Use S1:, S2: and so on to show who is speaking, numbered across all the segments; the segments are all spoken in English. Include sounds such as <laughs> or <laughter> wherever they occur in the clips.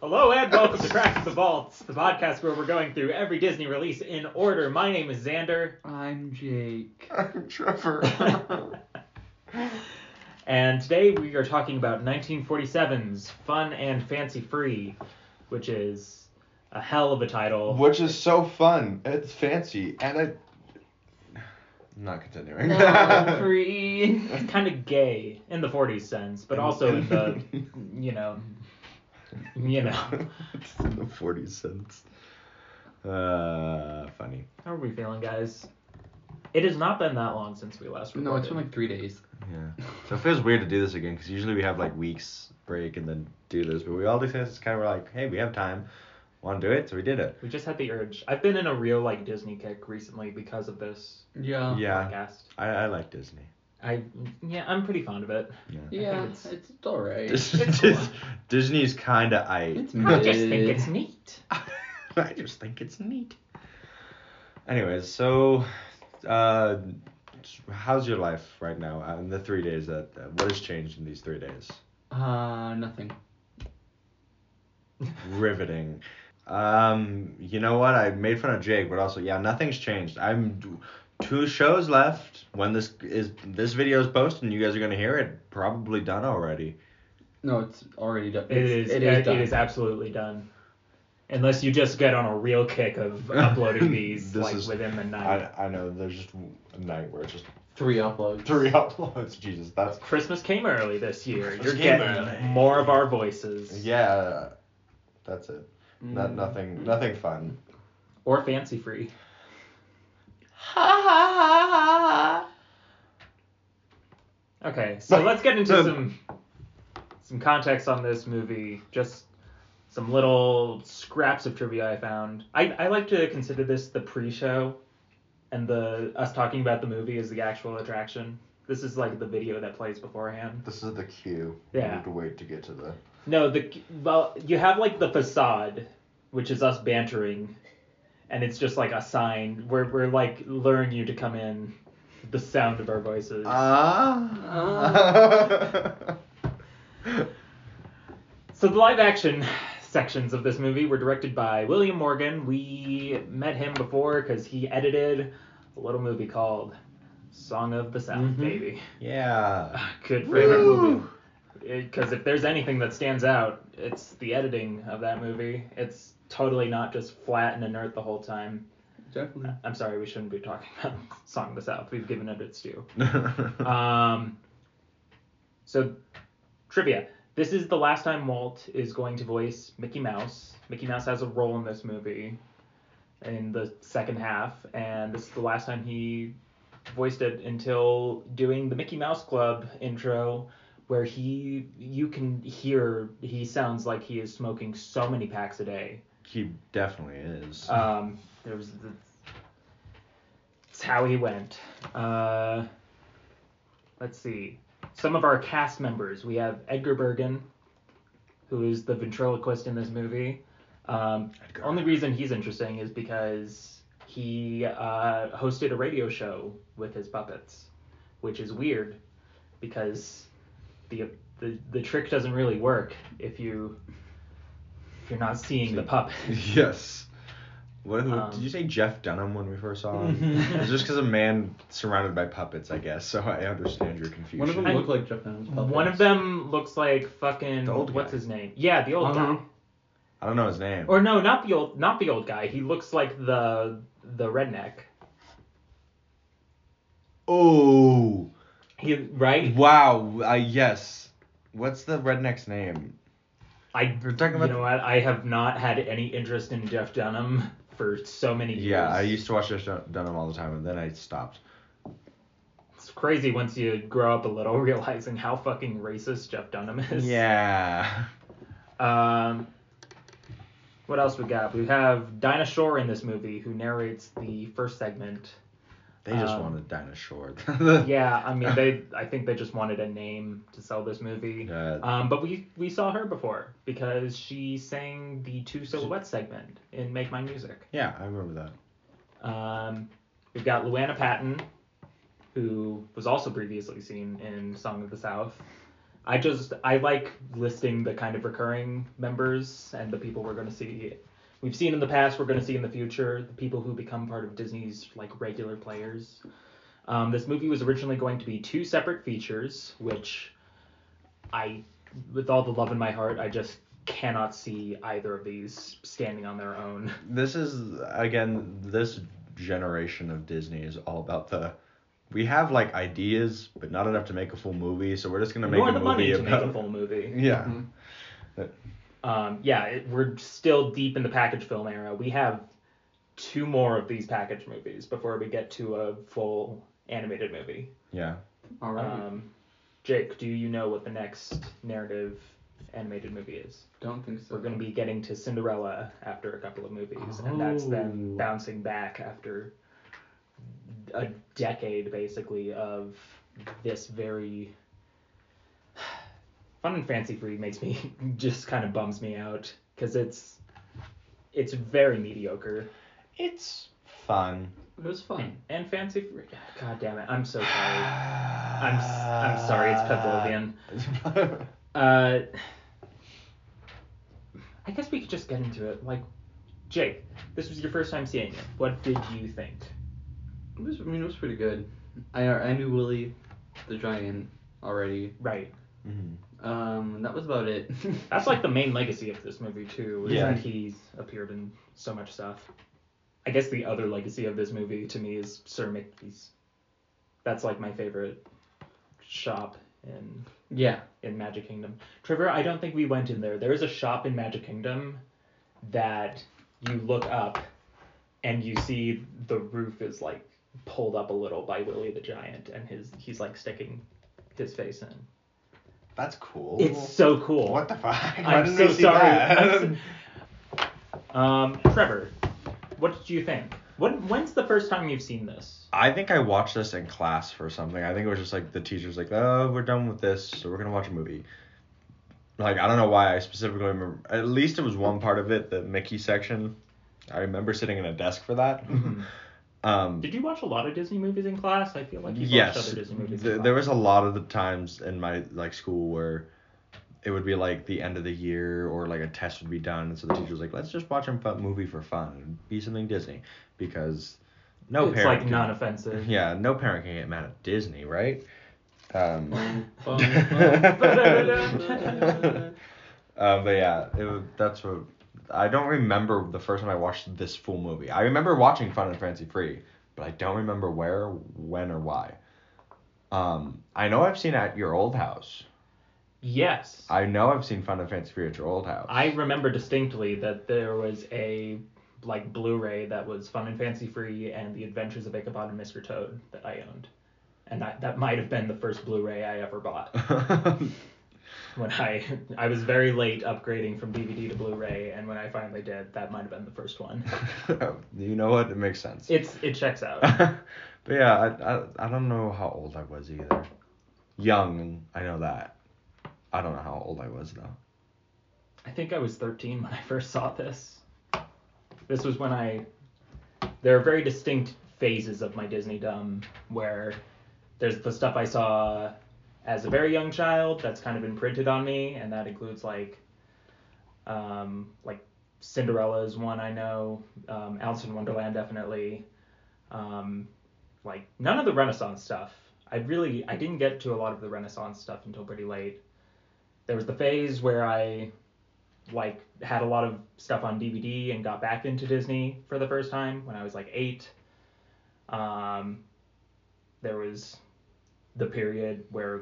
S1: Hello and welcome to Crack the Vaults, the podcast where we're going through every Disney release in order. My name
S2: <laughs>
S1: is Xander,
S2: I'm Jake.
S3: I'm Trevor.
S1: and today we are talking about 1947's Fun and Fancy Free, which is a hell of a title.
S3: <laughs> Which is so fun. It's fancy. And I. I'm not continuing. <laughs>
S2: Oh, free.
S1: It's kind of gay in the 40s sense, but also in the, you know, you know.
S3: it's in the 40 cents. Uh, funny.
S1: How are we feeling, guys? It has not been that long since we last recorded.
S2: No, it's been like three days.
S3: Yeah. So it feels weird to do this again because usually we have like weeks break and then do this, but we all do this. It's kind of like, hey, we have time. Want to do it? So we did it.
S1: We just had the urge. I've been in a real like Disney kick recently because of this
S2: Yeah.
S3: yeah.
S1: podcast.
S3: I, I like Disney.
S1: I yeah, I'm pretty fond of
S3: <laughs>
S1: it.
S3: Yeah.
S2: Yeah,
S1: it's-
S2: it's, it's all right.
S1: It's
S3: <laughs> Dis- Disney's kind of I.
S2: It's
S1: I just think
S2: mid.
S1: it's neat.
S3: <laughs> I just think it's neat. Anyways, so uh, how's your life right now? Uh, In the three days that uh, what has changed in these three days?
S2: Uh, nothing.
S3: Riveting. Um, you know what? I made fun of Jake, but also yeah, nothing's changed. I'm d- two shows left. When this is this video is posted, and you guys are gonna hear it. Probably done already.
S2: No, it's already done.
S1: It
S2: It's-
S1: is
S2: It
S1: it-
S2: is done.
S1: <laughs> it is absolutely done. Unless you just get on a real kick
S3: <laughs>
S1: of uploading these
S3: This
S1: like
S3: is-
S1: within the night.
S3: I, I know there's just a night where it's just
S2: Three uploads.
S3: three <laughs> uploads. Jesus,
S1: <laughs>
S3: that's
S1: Christmas came early this year.
S3: Christmas
S1: You're
S3: came
S1: getting
S3: early.
S1: more of our voices.
S3: yeah. That's it.
S2: Mm.
S3: Not nothing. Nothing fun.
S1: Or fancy free. Okay, so let's get into
S3: Um,
S1: some some context on this movie. Just some little scraps of trivia I found. I, I like to consider this the pre-show, and the us talking about the movie is the actual attraction. This is like the video that plays beforehand.
S3: This is the queue.
S1: Yeah.
S3: You have to wait to get to the.
S1: No, the well, you have like the facade, which is us bantering, and it's just like a sign. We're we're like luring you to come in, with the sound of our voices.
S3: Ah.
S1: So the live action sections of this movie were directed by William Morgan. We met him before because he edited a little movie called Song of the South,
S2: Mhm.
S1: baby.
S3: <laughs>
S1: <laughs>
S3: yeah.
S1: Good favorite movie.
S3: Woo.
S1: Because if there's anything that stands out, it's the editing of that movie. It's totally not just flat and inert the whole time.
S2: Definitely.
S1: I'm sorry, we shouldn't be talking <laughs> about Song of the South. We've given it its due.
S3: <laughs>
S1: <laughs> Um, so, trivia. This is the last time Walt is going to voice Mickey Mouse. Mickey Mouse has a role in this movie in the second half, and this is the last time he voiced it until doing the Mickey Mouse Club intro, where he you can hear he sounds like he is smoking so many packs a day.
S3: he definitely is.
S1: Um, there was the, it's how he went. Uh, let's see. Some of our cast members. We have Edgar Bergen, who is the ventriloquist in this movie. Um,
S3: Edgar.
S1: only reason he's interesting is because he uh, hosted a radio show with his puppets, which is weird because the the, the trick doesn't really work if you if you're not seeing the puppet.
S3: <laughs> yes. What, what-
S1: Um.
S3: did you say Jeff Dunham when we first saw
S1: <laughs>
S3: him?
S2: Mhm.
S3: it's just because a man surrounded by puppets, I guess. So I understand your confusion.
S2: One of them
S1: I-
S2: looked like Jeff Dunham's puppet.
S1: One of them looks like fucking
S3: The old
S1: what's
S3: guy.
S1: his name? Yeah, the old
S2: Uh-huh.
S1: guy.
S3: I don't know his name.
S1: Or no, not the old not the old guy. He looks like the the redneck.
S3: oh.
S1: He right?
S3: Wow. Uh, yes. What's the redneck's name?
S1: I
S3: We're talking
S1: you
S3: about-
S1: know what? I have not had any interest in Jeff Dunham for so many years.
S3: Yeah, I used to watch Jeff Dun- Dunham all the time, and then I <laughs> stopped.
S1: It's crazy once you grow up a little <laughs> realizing how fucking racist Jeff Dunham is.
S3: Yeah.
S1: Um, what else we got? We have Dinah Shore in this movie who narrates the first segment.
S3: <laughs> They just
S1: Um,
S3: wanted dinosaur. <laughs>
S1: Yeah, I mean they I think they just wanted a name to sell this movie.
S3: Uh,
S1: Um, but we we saw her before because she sang the two silhouette segment in Make My Music.
S3: yeah, I remember that.
S1: Um, we've got Luana Patton, who was also previously seen in Song of the South, I just I like listing the kind of recurring members and the people we're going to see. We've seen in the past, we're going to see in the future, the people who become part of Disney's like regular players. Um, this movie was originally going to be two separate features, which I, with all the love in my heart, I just cannot see either of these standing on their own.
S3: This is again this generation of Disney is all about the we have like ideas but not enough to make a full movie, so we're just gonna make
S1: Nor
S3: a
S1: the
S3: movie
S1: money to
S3: about
S1: make a full movie.
S3: <laughs> yeah.
S2: Mhm.
S1: um, yeah, it, we're still deep in the package film era. We have two more of these package movies before we get to a full animated movie.
S3: Yeah.
S2: All right.
S3: Uh,
S1: Um, Jake, do you know what the next narrative animated movie is?
S2: Don't think so.
S1: We're going to be getting to Cinderella after a couple of movies, and that's them
S2: Oh.
S1: bouncing back after a decade basically of this very. <sighs> Fun and Fancy Free makes me <laughs> just kind of bums me out because it's it's very mediocre
S3: It's fun.
S2: It was fun.
S1: and Fancy Free. God damn it! I'm so tired. I'm s- I'm sorry. It's Pavlovian.
S3: <laughs>
S1: Uh, I guess we could just get into it. Like, Jake, this was your first time seeing it. What did you think?
S2: It was. I mean, it was pretty good. I uh, I knew Willie, the giant, already.
S1: Right.
S3: Mhm.
S2: Um, that was about it. <laughs>
S1: That's like the main legacy of this movie too. Is
S3: Yeah.
S1: that he's appeared in so much stuff. I guess the other legacy of this movie to me is Sir Mickey's. That's like my favorite shop in <laughs>
S2: yeah.
S1: in Magic Kingdom. Trevor, I don't think we went in there. There is a shop in Magic Kingdom that you look up and you see the roof is like pulled up a little by Willie the Giant and his he's like sticking his face in.
S3: That's cool.
S1: It's so cool.
S3: Oh. What the fuck? <laughs> Why
S1: I'm
S3: didn't
S1: so
S3: we see
S1: sorry.
S3: that?
S1: I'm
S3: <laughs>
S1: so- Um Trevor, what did you think? What when's the first time you've seen this?
S3: I think I watched this in class for something. I think it was just like the teacher's like, oh, we're done with this, so we're gonna watch a movie. Like I don't know why I specifically remember. At least it was one part of it, the Mickey section. I remember sitting in a desk for that. Um,
S1: Did you watch a lot of Disney movies in class? I feel like you watched
S3: yes,
S1: other Disney movies. in
S3: th-
S1: class.
S3: there was a lot of the times in my like school where it would be like the end of the year or like a test would be done, and so the teacher's like, let's just watch a fun movie for fun and be something Disney because no
S1: it's
S3: parent
S1: like
S3: can-
S1: non-offensive.
S3: Yeah, no parent can get mad at Disney, right?
S2: <laughs>
S3: Um,
S2: Bum, bum,
S3: uh,
S2: bum.
S3: but yeah, it, wa- that's what I don't remember the first time I watched this full movie. I remember watching Fun and Fancy Free, but I don't remember where, when, or why. Um, I know I've seen it at your old house.
S1: Yes.
S3: I know I've seen Fun and Fancy Free at your old house.
S1: I remember distinctly that there was a like Blu-ray that was Fun and Fancy Free and The Adventures of Ichabod and Mr. Toad that I owned, and I, that might have been the first Blu-ray I ever
S3: <laughs>
S1: bought. When I I was very late upgrading from DVD to Blu-ray, and when I finally did, that might have been the first one.
S3: <laughs> you know what? It makes sense.
S1: It's it checks out.
S3: but yeah, I, I I don't know how old I was either. Young, I know that. I don't know how old I was though.
S1: I think I was 13 when I first saw this. This was when I. There are very distinct phases of my Disney dumb where there's the stuff I saw as a very young child that's kind of imprinted on me, and that includes like, um, like Cinderella is one I know, um, Alice in Wonderland definitely, um, like none of the Renaissance stuff. I really I didn't get to a lot of the Renaissance stuff until pretty late. There was the phase where I like had a lot of stuff on DVD and got back into Disney for the first time when I was like eight. Um, there was the period where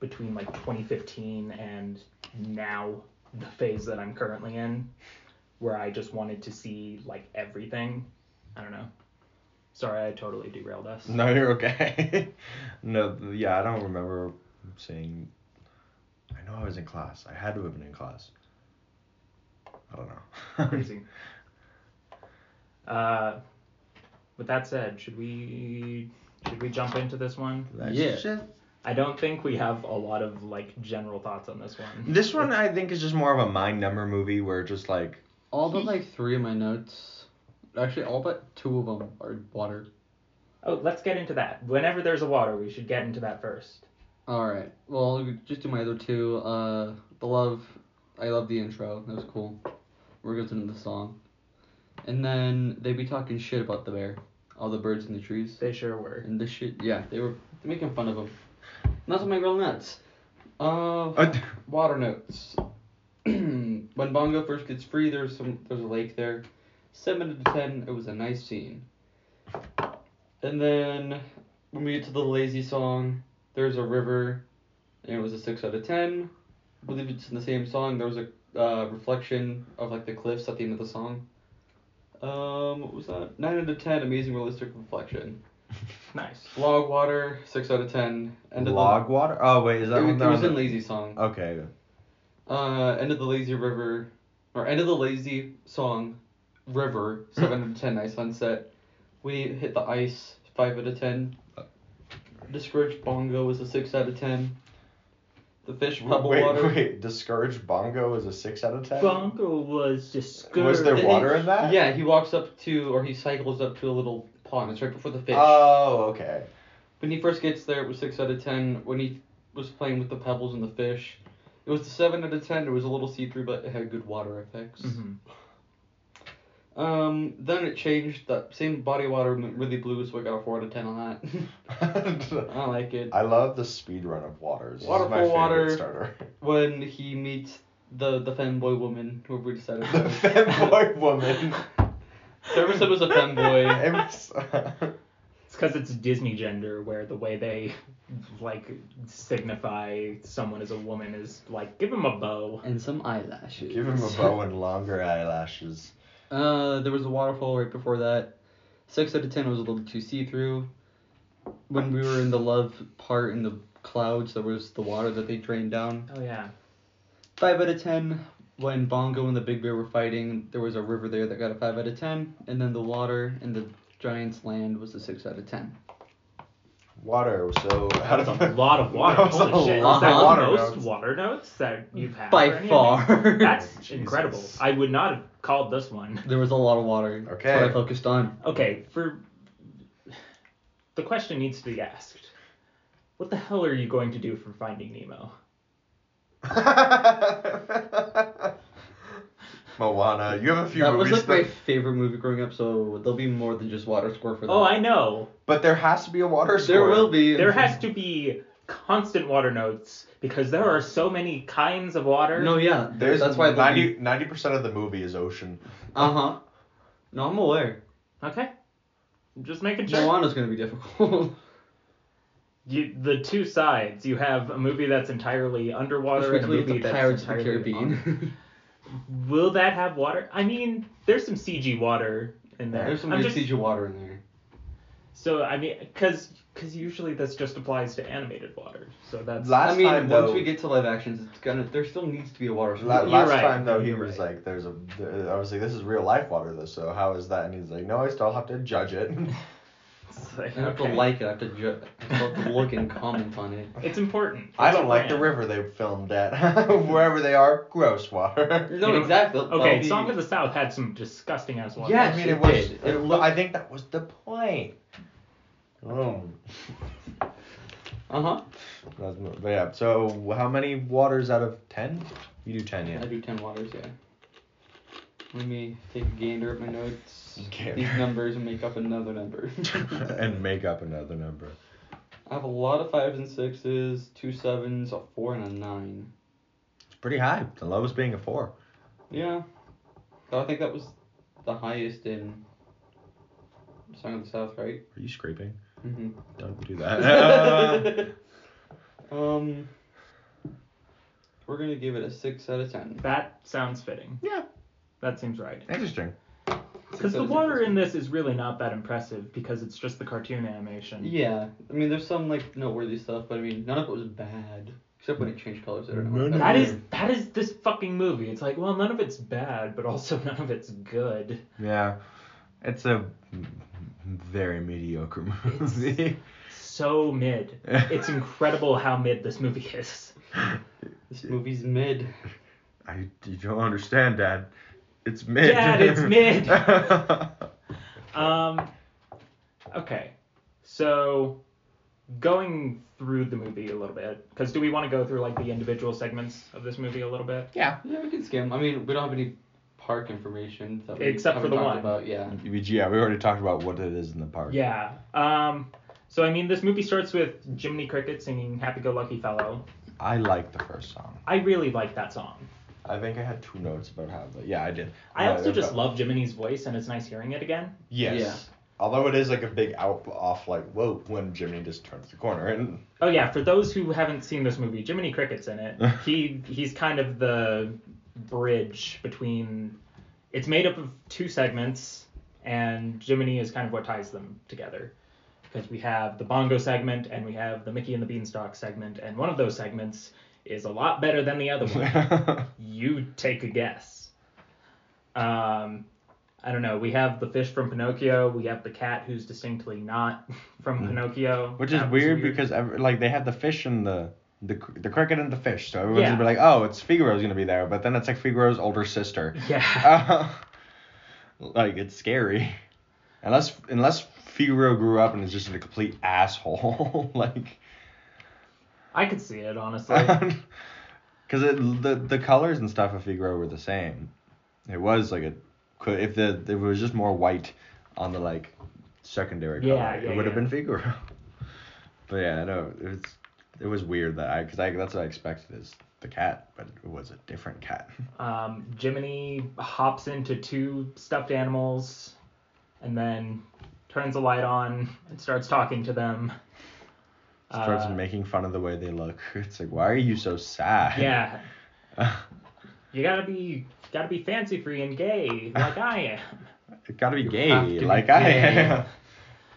S1: between like 2015 and now the phase that I'm currently in, where I just wanted to see like everything. I don't know. Sorry, I totally derailed us.
S3: <laughs> No, you're okay. <laughs> no, th- yeah, I don't remember seeing. I know I was in class. I had to have been in class. I don't know.
S1: Crazy. Uh, with that said, should we should we jump into this one?
S3: Let's
S2: Yeah.
S3: just-
S1: I don't think we have a lot of like general thoughts on this one.
S3: This
S1: <laughs>
S3: one I think is just more of a mind number movie where just like
S2: All but like three of my notes, actually all but two of them are water.
S1: Oh, let's get into that. Whenever there's a water, we should get into that first.
S2: All right. Well, I'll just do my other two. Uh, the love. I love the intro. That was cool. We're going to the song. And then they be talking shit about the bear, all the birds in the trees,
S1: They sure were.
S2: and the shit. Yeah, they were making fun of him. And that's what my girl nuts. Uh,
S3: <laughs> Uh,
S2: water notes. <clears throat> when Bongo first gets free, there's some there's a lake there. Seven out of ten, it was a nice scene. And then when we get to the lazy song, there's a river, and it was a six out of ten. I believe it's in the same song. There was a uh, reflection of like the cliffs at the end of the song. Um, what was that? Nine out of ten, amazing realistic reflection.
S1: Nice.
S2: Log water, six out of ten. End of
S3: log water. Oh wait, is
S2: The,
S3: that
S2: it,
S3: one?
S2: was-
S3: that
S2: it was
S3: on
S2: in
S3: the-
S2: lazy song.
S3: Okay.
S2: Uh, end of the lazy river, or end of the lazy song, river. Seven out of ten. Nice sunset. We hit the ice. Five out of ten. Discouraged bongo was a six out of ten. The fish pebble
S3: wait,
S2: water.
S3: wait. Discouraged bongo is a six out of ten.
S1: Bunko was discouraged.
S3: Was there
S2: Then he-
S3: water in that?
S2: Yeah, he walks up to, or he cycles up to a little pond. It's right before the fish.
S3: Oh, okay.
S2: when he first gets there, it was six out of ten. When he was playing with the pebbles and the fish, it was a seven out of ten. It was a little see through, but it had good water effects.
S1: Mhm.
S2: Um, then it changed. That same body of water went really blue, so I got a four out of ten on that. <laughs> I like it.
S3: <laughs> I love the speed run of waters. this
S2: Oh, Waterfall
S3: is my
S2: water.
S3: favorite starter. <laughs>
S2: When he meets the the femboy woman, who we
S3: the
S2: decided. was.
S3: fanboy woman.
S2: Trevor said it was a
S3: <laughs>
S2: femboy.
S3: It was-
S1: It's because it's Disney gender, where the way they like signify someone as a woman is like give him a bow.
S2: and some eyelashes.
S3: Give him a bow and longer eyelashes.
S2: <laughs> Uh, there was a waterfall right before that. Six out of ten was a little too see through. When we were in the love part in the clouds, there was the water that they drained down.
S1: Oh yeah.
S2: Five out of ten. When Bongo and the Big Bear were fighting, there was a river there that got a five out of ten, and then the water and the giant's land was a six out of ten.
S3: Water. So out
S1: That's
S3: of <laughs>
S1: a lot
S2: <laughs>
S1: of water.
S3: That was
S1: Holy
S3: a
S1: shit.
S2: lot
S1: Is that
S2: of
S1: the
S3: water
S1: most
S3: notes.
S1: water notes that you've had? for
S2: By
S1: any of
S2: far.
S1: these? <laughs> That's
S3: Jesus.
S1: incredible. I would not have called this one.
S2: <laughs> there was a lot of water. That's what
S3: Okay.
S2: I focused on.
S1: Okay, for the question needs to be asked. What the hell are you going to do for Finding Nemo?
S3: <laughs> Moana. You have a few
S2: that was
S3: movies.
S2: like
S3: that-
S2: my favorite movie growing up, so there'll be more than just water score for that.
S1: Oh, I know.
S3: But there has to be a water score.
S2: There will be.
S1: There has to be constant water notes because there are so many kinds of water.
S2: No, yeah.
S3: There's
S2: that's why they'll be
S3: 90 percent of the movie is ocean.
S2: Uh
S3: Uh-huh.
S2: huh. No, I'm aware.
S1: Okay. Just making sure.
S2: Moana's gonna be difficult. <laughs>
S1: You, the two sides. You have a movie that's entirely underwater and a
S2: Especially with
S1: movie
S2: the
S1: that's
S2: Pirates of the
S1: entirely on-
S2: <laughs> Caribbean.
S1: Will that have water? I mean, there's some CG water in there.
S2: There's some
S1: I'm
S2: weird
S1: just-
S2: siege of water in there.
S1: So I mean, because because usually this just applies to animated water. So that's
S3: Last
S2: I mean,
S3: time
S2: once
S3: though,
S2: we get to live actions, it's gonna. There still needs to be a water.
S3: <laughs> La-
S1: You're
S2: score.
S3: last
S1: right.
S3: time though, he
S1: You're
S3: was
S1: right.
S3: like, "There's a." there- I was like, "This is real life water, though. So how is that?" And he's like, "No, I still have to judge it." <laughs>
S1: it's like,
S2: I have
S1: okay.
S2: to like it. I have to, ju- I have to look and comment on
S1: <laughs>
S2: it.
S1: It's important.
S3: I
S1: It's a
S3: don't like the
S1: brand.
S3: river they filmed at. <laughs> Wherever they are, gross <laughs> water.
S2: No,
S1: You know-
S2: exactly.
S1: Okay,
S2: that'll be-
S1: Song of the South had some disgusting ass water.
S2: Yeah.
S3: I
S2: Yes,
S3: mean, it
S2: it
S3: was.
S2: did. It
S3: it-
S2: looked-
S3: I think that was the point. Oh,
S2: Uh-huh.
S3: that's, but yeah. So how many waters out of ten? You do ten, <laughs>
S2: I
S3: yeah.
S2: do 10 waters, yeah. Let me take a gander at my notes,
S3: Gander.
S2: these numbers, and make up another
S3: <laughs>
S2: number. <laughs>
S3: and make up another number.
S2: I have a lot of fives and sixes, two sevens, a four, and a nine.
S3: It's pretty high. The lowest being a four.
S2: Yeah. So I think that was the highest in Song of the South, right?
S3: Are you scraping?
S2: Mm-hmm.
S3: Don't do that. <laughs>
S2: um, we're going to give it a 6 out of 10.
S1: That sounds fitting.
S3: yeah.
S1: That seems right.
S3: Interesting.
S1: Because the water in this is really not that impressive because it's just the cartoon animation.
S2: Yeah. I mean, there's some, like, noteworthy stuff, but I mean, none of it was bad. Except when it changed colors. I don't know.
S3: None of
S1: That is that is this fucking movie. It's like, well, none of it's bad, but also <laughs> none of it's good.
S3: Yeah. It's a very mediocre movie.
S1: So mid. It's incredible how mid this movie is.
S2: This movie's mid.
S3: I you don't understand, Dad. It's mid.
S1: Dad,
S3: <laughs>
S1: it's mid. Um, okay, so going through the movie a little bit, because do we want to go through like the individual segments of this movie a little bit?
S3: Yeah.
S2: Yeah, we can skim. I mean, we don't have any park information. That we
S1: Except for
S2: haven't
S1: the
S2: talked
S1: one.
S2: About. Yeah.
S3: E Yeah, we already talked about what it is in the park.
S1: Yeah. Um, so I mean, this movie starts with Jiminy Cricket singing "Happy Go Lucky Fellow."
S3: I like the first song.
S1: I really like that song.
S3: I think I had two notes about how, but yeah, I did.
S1: I
S3: Uh,
S1: also just
S3: but-
S1: love Jiminy's voice, and it's nice hearing it again.
S3: Yes.
S2: Yeah.
S3: Although it is like a big out off, like whoa, when Jimmy just turns the corner and
S1: Oh yeah, for those who haven't seen this movie, Jiminy Cricket's in
S3: <laughs>
S1: it. he he's kind of the bridge between. It's made up of two segments, and Jiminy is kind of what ties them together, because we have the bongo segment and we have the Mickey and the Beanstalk segment, and one of those segments is a lot better than the other one.
S3: <laughs>
S1: <laughs> you take a guess. Um, I don't know. We have the fish from Pinocchio. We have the cat who's distinctly not <laughs> from Pinocchio.
S3: Hmm. Which is
S1: That was
S3: weird, because every, like they had the fish and the the cr- the cricket and the fish, so everyone's
S1: Yeah.
S3: gonna be like, oh, it's Figaro's gonna be there, but then it's like Figaro's
S1: <laughs>
S3: older sister. <laughs>
S1: yeah,
S3: Uh, like it's scary, unless unless Figaro grew up and is just a complete asshole, <laughs> like.
S1: I could see it honestly.
S3: <laughs>
S1: <laughs>
S3: Because the the colors and stuff of Figaro were the same. It was like a could if the if it was just more white on the like secondary
S1: Yeah,
S3: color,
S1: yeah,
S3: it would have
S1: yeah.
S3: been Figaro. <laughs> but yeah, I know it's it was weird that I because I that's what I expected is the cat, but it was a different cat.
S1: Um, Jiminy hops into two stuffed animals, and then turns the light on and starts talking to them.
S3: Starts
S1: Uh,
S3: making fun of the way they look. <laughs> It's like why are you so
S1: <laughs>
S3: sad? <laughs>
S1: Yeah, you gotta be gotta be fancy free and gay like I am.
S3: It gotta be gay,
S2: have to be
S3: like I
S2: gay.
S3: <laughs> am.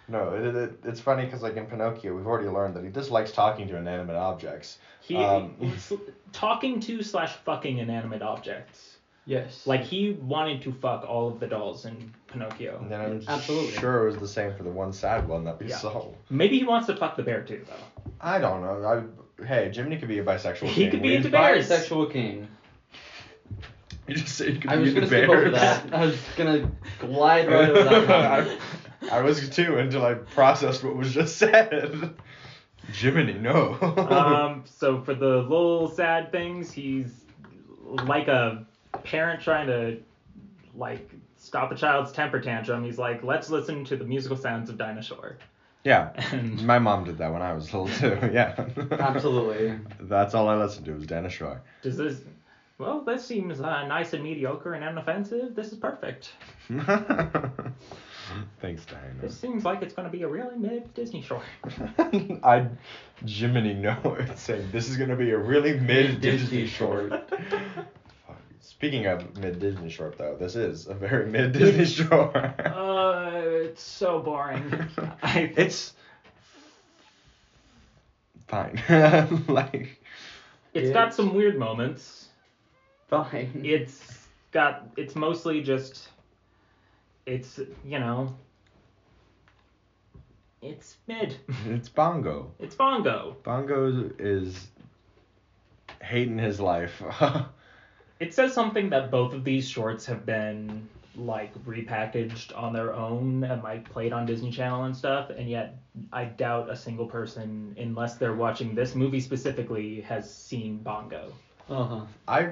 S3: No, it, it, it's funny because like in Pinocchio, we've already learned that he dislikes talking to inanimate objects.
S1: He
S3: Um,
S1: was talking to slash fucking inanimate objects.
S2: Yes.
S1: Like he wanted to fuck all of the dolls in Pinocchio.
S3: And then I'm
S2: Absolutely.
S3: sure it was the same for the one sad one that we
S1: Yeah.
S3: saw.
S1: Maybe he wants to fuck the bear too, though.
S3: I don't know. I hey, Jiminy could be a bisexual.
S1: He
S3: king.
S1: could be
S3: We-
S1: into- bears.
S2: bisexual king.
S3: You just said <laughs> he could
S2: I was
S3: into
S2: gonna skip over
S3: bears.
S2: that. I was gonna glide right over that. one.
S3: <laughs> I was too until I processed what was just said. <laughs> Jiminy, no.
S1: um, so for the little sad things, he's like a parent trying to like stop a child's temper tantrum. He's like, let's listen to the musical sounds of dinosaur.
S3: <laughs> yeah,
S1: And
S3: my mom did that when I was little too. <laughs> Yeah.
S2: Absolutely.
S3: <laughs> That's all I listened to was Dennis Shore.
S1: <laughs> does this? Well, this seems uh, nice and mediocre and unoffensive. This is perfect.
S3: <laughs> Thanks, Diana.
S1: This seems like it's going to be a really mid Disney short.
S3: <laughs> I Jiminy know <laughs> it saying this is gonna be a really mid Disney
S2: Disney
S3: short.
S2: short.
S3: Fuck. Speaking of mid Disney short though, this is a very mid Disney short.
S1: <laughs>
S3: <laughs>
S1: Uh, it's so boring. I,
S3: it's fine. <laughs> like
S1: it's got some weird moments.
S2: Fine.
S1: It's got it's mostly just it's you know it's mid.
S3: it's Bongo.
S1: <laughs> It's bongo.
S3: Bongo is hating his life. <laughs>
S1: It says something that both of these shorts have been like repackaged on their own and like played on Disney Channel and stuff, and yet I doubt a single person, unless they're watching this movie specifically, has seen Bongo.
S2: Uh
S1: <laughs>
S2: huh.
S3: I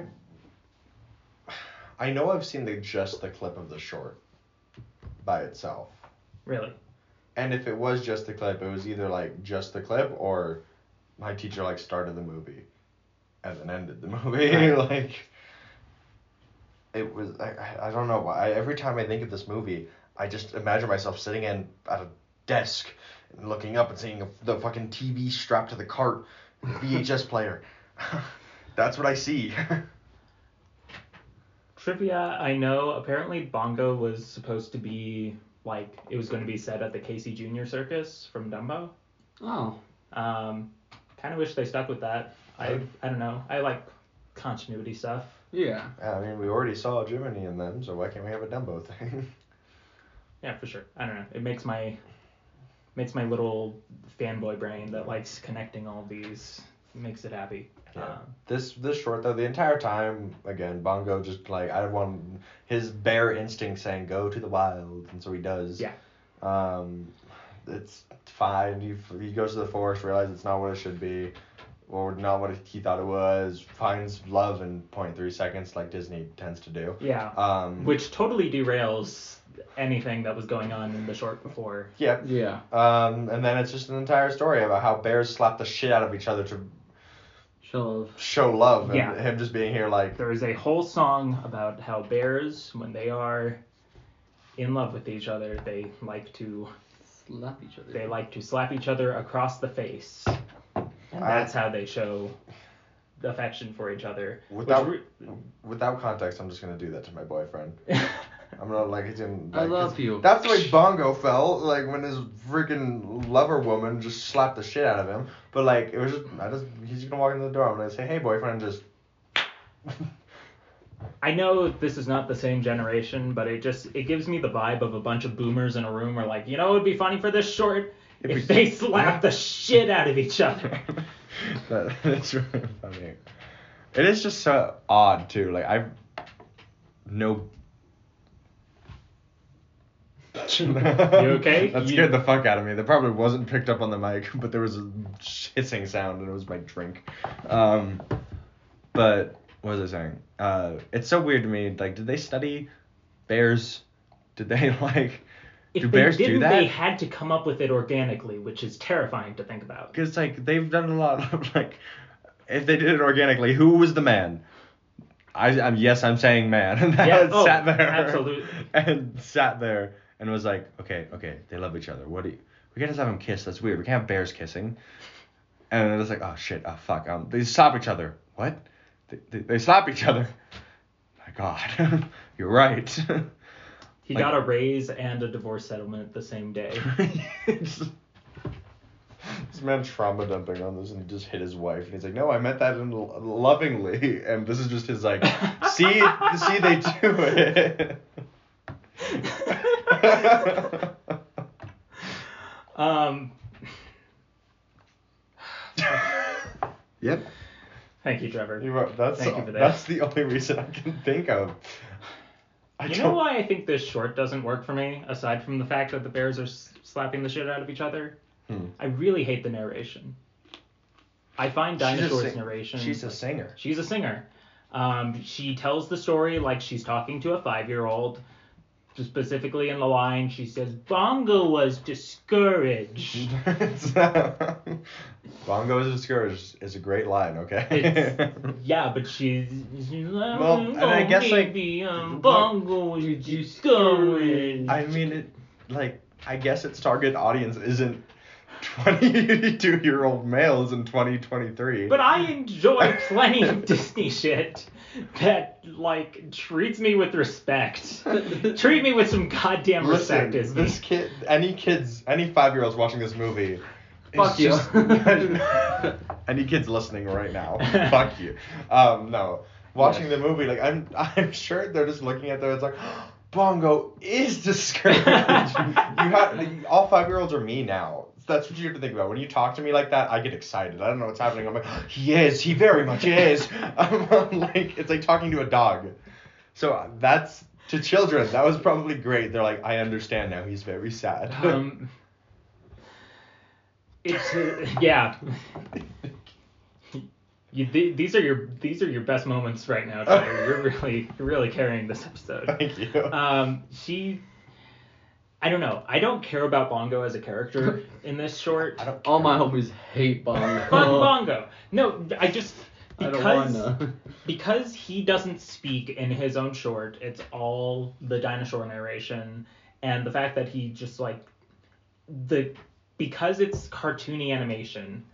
S3: I know I've seen the just the clip of the short by itself.
S1: Really.
S3: And if it was just the clip, it was either like just the clip or my teacher like started the movie and then ended the movie. <laughs> like it was I, I- I don't know why. I, every time I think of this movie, I just imagine myself sitting in at a desk and looking up and seeing a, the fucking TV strapped to the cart VHS <laughs> player. That's what I see. <laughs>
S1: Trivia I know apparently Bongo was supposed to be like it was going to be set at the Casey Jr. Circus from Dumbo.
S2: Oh.
S1: Um, kind of wish they stuck with that. I I don't know. I like continuity stuff.
S2: Yeah.
S3: I mean, we already saw Jiminy in them, so why can't we have a Dumbo thing?
S1: Yeah, for sure. I don't know. It makes my makes my little fanboy brain that likes connecting all these makes it happy.
S3: Yeah.
S1: Um,
S3: This this short though the entire time again Bongo just like I want his bear instinct saying go to the wild and so he does.
S1: Yeah.
S3: Um, it's fine. He, he goes to the forest, realizes it's not what it should be, or not what he thought it was. Finds love in 0.3 seconds, like Disney tends to do.
S1: Yeah.
S3: Um,
S1: Which totally derails anything that was going on in the short before.
S3: Yep.
S2: Yeah.
S3: Um, and then it's just an entire story about how bears slap the shit out of each other to
S2: Shove.
S3: show love, and
S1: Yeah.
S3: him just being here like,
S1: There is a whole song about how bears, when they are in love with each other, they like to
S2: Slap each other.
S1: they like to slap each other across the face, and
S3: I-
S1: that's how they show affection for each other. which
S3: without
S1: re-
S3: without context, I'm just gonna do that to my boyfriend. I'm gonna like it's in.
S2: I
S3: like, 'cause
S2: love you.
S3: That's the way Bongo felt, like when his freaking lover woman just slapped the shit out of him. But like it was just, I just he's just gonna walk into the door. I'm gonna say, hey boyfriend, and just. <laughs>
S1: I know this is not the same generation, but it just it gives me the vibe of a bunch of boomers in a room are like, you know, it would be funny for this short
S3: If
S1: if,
S3: we-
S1: they slap the shit out of each other.
S3: <laughs> that, that's really funny. It is just so odd too. Like I've no. you
S1: okay?
S3: <laughs> That
S1: You-
S3: scared the fuck out of me. That probably wasn't picked up on the mic, but there was a hissing sound and it was my drink. Um, but what was I saying? Uh, it's so weird to me. Like, did they study bears? Did they <laughs> like?
S1: If
S3: do
S1: they
S3: bears
S1: didn't,
S3: do that?
S1: they had to come up with it organically, which is terrifying to think about.
S3: Because like they've done a lot of <laughs> like, if they did it organically, who was the man? I I'm yes I'm saying man <laughs> and I
S1: Yeah, oh,
S3: sat there
S1: absolutely.
S3: and sat there and was like okay okay they love each other what do you we can't just have them kiss that's weird we can't have bears kissing and it was like oh shit oh fuck um they slap each other what they they, they slap each other <laughs> my god <laughs> you're right
S1: He
S3: Like-
S1: got a raise and a divorce settlement the same
S3: <laughs>
S1: day. <laughs>
S3: this <laughs> man trauma dumping on this and he just hit his wife and he's like no i meant that in lo- lovingly <laughs> and this is just his like see see they do it <laughs>
S1: um,
S3: yep
S1: thank you, Trevor.
S3: you wrote, that's
S1: Thank you for that.
S3: that's the only reason i can think of I
S1: you
S3: don't,
S1: know why I think this short doesn't work for me, aside from the fact that the bears are s- slapping the shit out of each other?
S3: Hmm.
S1: I really hate the narration. I find dinosaurs
S3: sing-
S1: narration.
S3: she's a
S1: like,
S3: singer
S1: she's a singer. Um, she tells the story like she's talking to a five-year-old. Specifically in the line, she says, "Bongo was discouraged."
S3: <laughs> bongo is discouraged is a great line okay
S1: It's- yeah, but she's. she's like,
S3: Well, and I
S1: "Oh,
S3: guess, like,
S1: maybe, um,
S3: look,
S1: Bongo was
S2: did you-
S1: discouraged.
S3: I mean, it like I guess its target audience isn't <laughs> twenty-two year old males in twenty twenty three.
S1: But I enjoy plenty of <laughs> Disney shit that like treats me with respect.
S2: <laughs>
S1: Treat me with some goddamn
S3: listen,
S1: respect, Disney.
S3: this kid, any kids, any five year olds watching this movie. is
S2: Fuck you.
S3: just- <laughs> any kids listening right
S2: <laughs>
S3: now, fuck you. Um, no, watching
S2: Yes.
S3: the movie, like I'm, <laughs> I'm sure they're just looking at there. It's like, <gasps> Bongo is <laughs> discouraged. you have like,
S2: <laughs>
S3: all five year olds are me now. That's what you have to think about. When you talk to me like that, I get excited. I don't know what's happening. I'm like, <gasps> he is. He very much is. <laughs> I'm, I'm like, it's like talking to a dog. So uh, that's to children. That was probably great. They're like, I understand now. He's very sad.
S1: Um, it's uh, yeah. You, th- these are your these are your best moments right now, Tyler. You're really you're really carrying this episode.
S3: <laughs> Thank you.
S2: uh,
S1: Um, she. I don't know. I don't care about Bongo as
S2: <laughs>
S1: a character in this short.
S3: I don't
S2: All
S3: care.
S2: my homies hate Bongo.
S1: Fuck Bongo. No, I just
S2: I
S1: because
S2: don't <laughs> wanna.
S1: because he doesn't speak in his own short, it's all the dinosaur narration and the fact that he just like the because it's cartoony animation,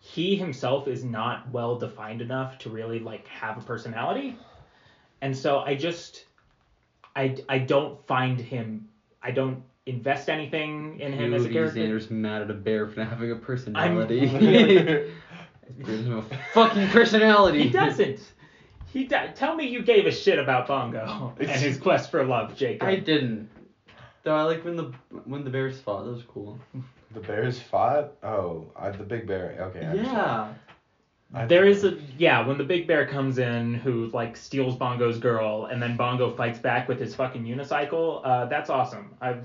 S1: he himself is not well defined enough to really like have a personality. And so I just I I don't find him I don't invest anything in him as a
S2: Dude,
S1: character.
S2: Xander's mad at a bear for not having a
S1: <laughs>
S2: personality. <laughs>
S1: really-
S2: Gives him a
S1: <laughs>
S2: fucking personality.
S1: He doesn't. He do- tell me you gave a shit about Bongo and his quest for love,
S2: <laughs>
S1: Jacob.
S2: I didn't. Though I like when the when the bears fought. That was cool.
S3: <laughs> The Bears fought. Oh, I, the big bear. Okay. I understand.
S2: Yeah.
S3: I-
S1: there is a yeah when the big bear comes in who like steals Bongo's girl and then Bongo fights back with his fucking unicycle. Uh, that's awesome. I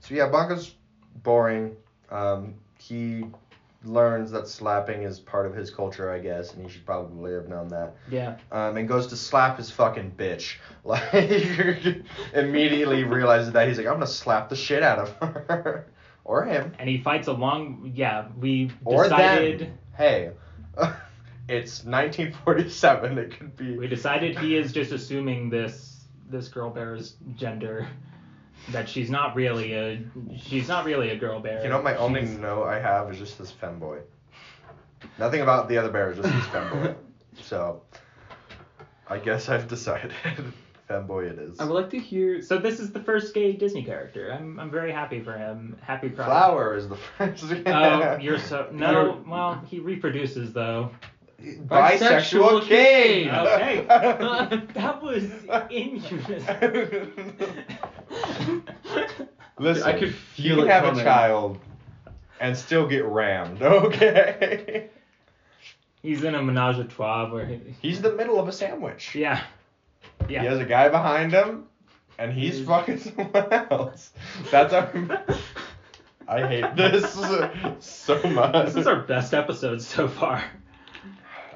S3: So yeah, Bongo's boring. Um, he learns that slapping is part of his culture, I guess, and he should probably have known that.
S1: Yeah.
S3: Um, and goes to slap his fucking bitch. <laughs> Like, immediately realizes that he's like, I'm gonna slap the shit out of her <laughs> or him
S1: And he fights a long. Yeah, we
S3: or
S1: decided.
S3: them. Hey, <laughs> it's 1947. It could be.
S1: We decided he is just assuming this this girl bear's gender. That she's not really a she's not really a girl bear.
S3: You know, my only
S1: She's-
S3: no I have is just this femboy. Nothing about the other bear is just
S1: <laughs>
S3: this femboy. so, I guess I've decided <laughs> femboy it
S2: <laughs>
S3: is.
S2: I would like to hear.
S1: So this is the first gay Disney character. I'm I'm very happy for him. Happy proud.
S3: Flower is the first.
S1: Oh, you're
S3: <laughs>
S1: so no.
S2: You're-
S1: Well, he reproduces though.
S2: Bisexual
S3: bisexual, king.
S2: king.
S3: <laughs>
S1: Okay. <laughs> that was in
S2: <laughs>
S1: <laughs>
S3: <laughs>
S1: unison.
S3: Listen,
S2: I could
S3: you
S2: feel
S3: can
S2: it
S3: have a
S2: coming. <laughs>
S3: child and still get rammed. <laughs> Okay.
S1: He's in a menage a trois where he,
S3: He's the middle of a sandwich.
S1: yeah, yeah.
S3: He has a guy behind him, and he's
S1: Dude.
S3: fucking <laughs> someone else. That's our. <laughs> I hate this <laughs> so much.
S1: This is our best episode so far.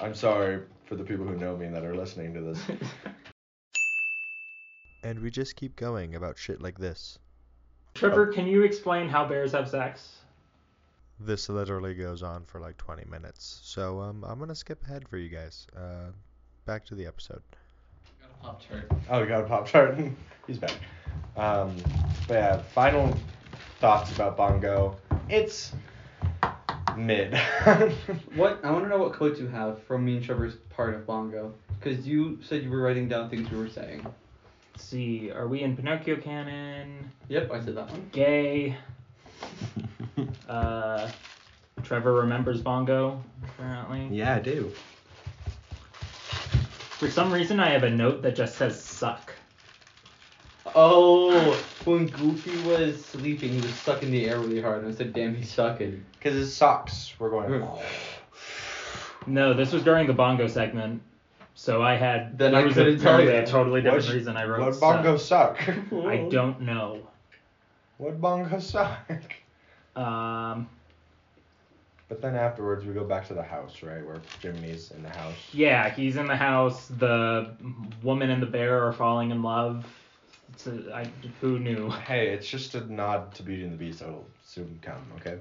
S3: I'm sorry for the people who know me that are listening to this. And we just keep going about shit like this.
S1: Trevor,
S3: Oh.
S1: can you explain how bears have sex?
S3: This literally goes on for like 20 minutes. So um, I'm gonna skip ahead for you guys. Uh, back to the episode. Oh, we got a Pop Tart. <laughs> He's back. Um, but yeah, final thoughts about Bongo. It's mid. <laughs>
S2: What I want to know what quotes you have from me and Trevor's part of Bongo, because you said you were writing down things we were saying.
S1: Let's see, are we in Pinocchio canon?
S2: Yep, I said that one.
S1: Gay. Uh, Trevor remembers Bongo apparently.
S3: yeah, I do.
S1: For some reason, I have a note that just says "suck."
S2: Oh, when Goofy was sleeping, he was sucking the air really hard, and I said, "Damn, he's sucking."
S3: Because his socks were going.
S1: No, this was during the Bongo segment, so I had
S2: Then
S1: there
S2: I
S1: was a
S2: couldn't tell
S1: totally,
S2: you.
S1: a totally different
S3: What'd-
S1: reason I wrote
S3: What
S1: "suck."
S3: Bongo suck? <laughs>
S1: I don't know.
S3: What Bongo suck? <laughs>
S1: Um,
S3: But then afterwards, we go back to the house, right? Where Jiminy's in the house.
S1: yeah, he's in the house. The woman and the bear are falling in love. It's a, I, who knew?
S3: Hey, it's just a nod to Beauty and the Beast that'll soon come, okay?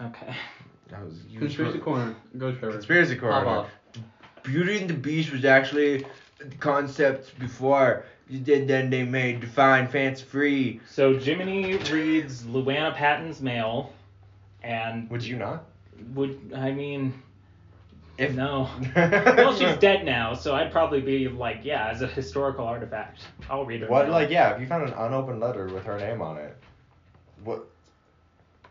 S1: Okay.
S3: That was
S2: Conspiracy corner. Go Trevor.
S3: Conspiracy
S2: Pop
S3: corner.
S2: off.
S3: Beauty and the Beast was actually concepts before. Then then they made Define Fancy Free.
S1: So Jiminy reads Luana Patton's mail, and
S3: Would you not?
S1: would I mean?
S3: If-
S1: no. well,
S3: <laughs>
S1: she's dead now, so I'd probably be like, yeah, as a historical artifact, I'll read her.
S3: What
S1: now.
S3: like yeah? If you found an unopened letter with her name on it, what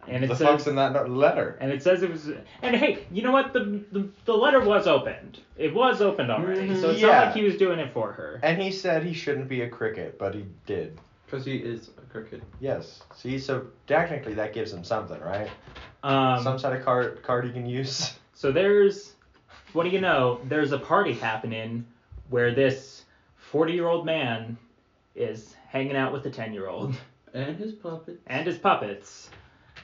S1: And it
S3: the
S1: says,
S3: fuck's in that no- letter?
S1: and it says it was. And hey, you know what? The the, the letter was opened. It was opened already, so it's
S3: Mm-hmm. Yeah.
S1: not like he was doing it for her.
S3: And he said he shouldn't be a cricket, but he did.
S2: Because he is a cricket.
S3: Yes. See, so technically that gives him something, right?
S1: Um,
S3: Some sort of card card he can use.
S1: so there's, what do you know? There's a party happening where this forty-year-old man is hanging out with a ten-year-old
S2: And his puppet.
S1: and his puppets.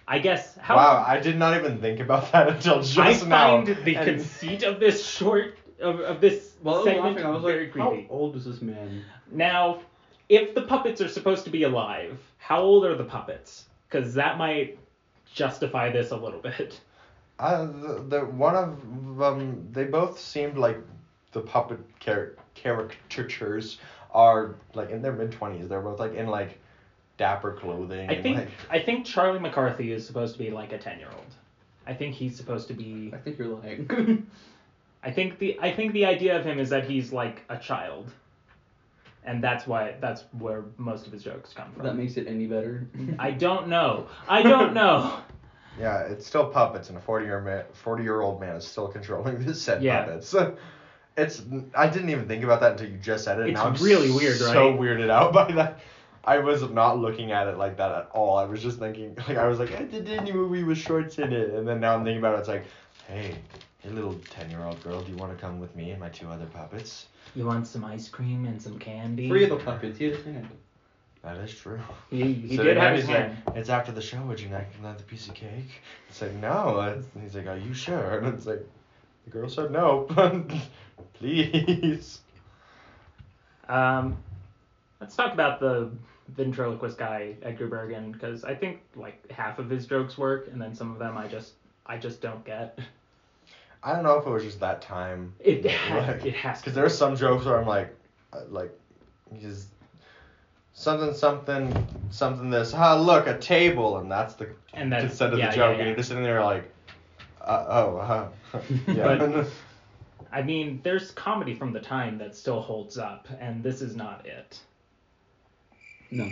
S1: I guess how
S3: wow, I did not even think about that until just
S1: I
S3: now.
S1: find the
S3: And-
S1: conceit of this short of, of this
S2: While I was
S1: segment
S2: laughing, I was
S1: very
S2: like,
S1: creepy.
S2: "How old is this
S1: <laughs>
S2: man?"
S1: Now, if the puppets are supposed to be alive, how old are the puppets? Because that might justify this a
S2: <laughs>
S1: little bit.
S3: Uh, the, the one of them, they both seemed like the puppet char- caricatures are like in their mid twenties. They're both like in like dapper clothing.
S1: I
S3: and,
S1: think
S3: like,
S1: I think Charlie McCarthy is supposed to be like a ten year old. I think he's supposed to be.
S2: I think you're lying. <laughs>
S1: I think the I think the idea of him is that he's like a child, and that's why that's where most of his jokes come
S2: that
S1: from.
S2: makes it any better.
S1: I don't know.
S2: <laughs>
S1: I don't know.
S3: yeah, it's still puppets, and a forty year man, forty year old man is still controlling this said
S1: Yeah.
S3: puppets. <laughs> It's I didn't even think about that until you just said it. and
S1: It's
S3: now I'm
S1: really weird,
S3: So
S1: right?
S3: weirded out <laughs> by that. I was not looking at it like that at all. I was just thinking, <laughs> like I was like, eh, the Disney movie with shorts in it, and then now I'm thinking about it. It's like, hey, hey, little ten year old girl, do you want to come with me and my two other puppets?
S1: You want some ice cream and some candy?
S2: Three of the puppets. He had his hand.
S3: That is true.
S1: He, he
S3: So
S1: did
S3: now
S1: have his
S3: he's like,
S1: hand.
S3: It's after the show. Would you like another piece of cake? It's like no. It's, and he's like, are you sure? And it's like, the girl said no. <laughs> Please.
S1: Um, let's talk about the ventriloquist guy Edgar Bergen because I think like half of his jokes work, and then some of them I just I just don't get. <laughs>
S3: I don't know if it was just that time.
S1: It has, it has
S3: Because there are some jokes where I'm like, uh, like, just something, something, something. This, ah, look, a table, and that's the
S1: And that's-
S3: instead of
S1: yeah,
S3: the
S1: yeah,
S3: joke,
S1: yeah.
S3: and you're just sitting there like, uh, oh, <laughs> uh, yeah. <laughs>
S1: But- I mean, there's comedy from the time that still holds up, and this is not it.
S2: No.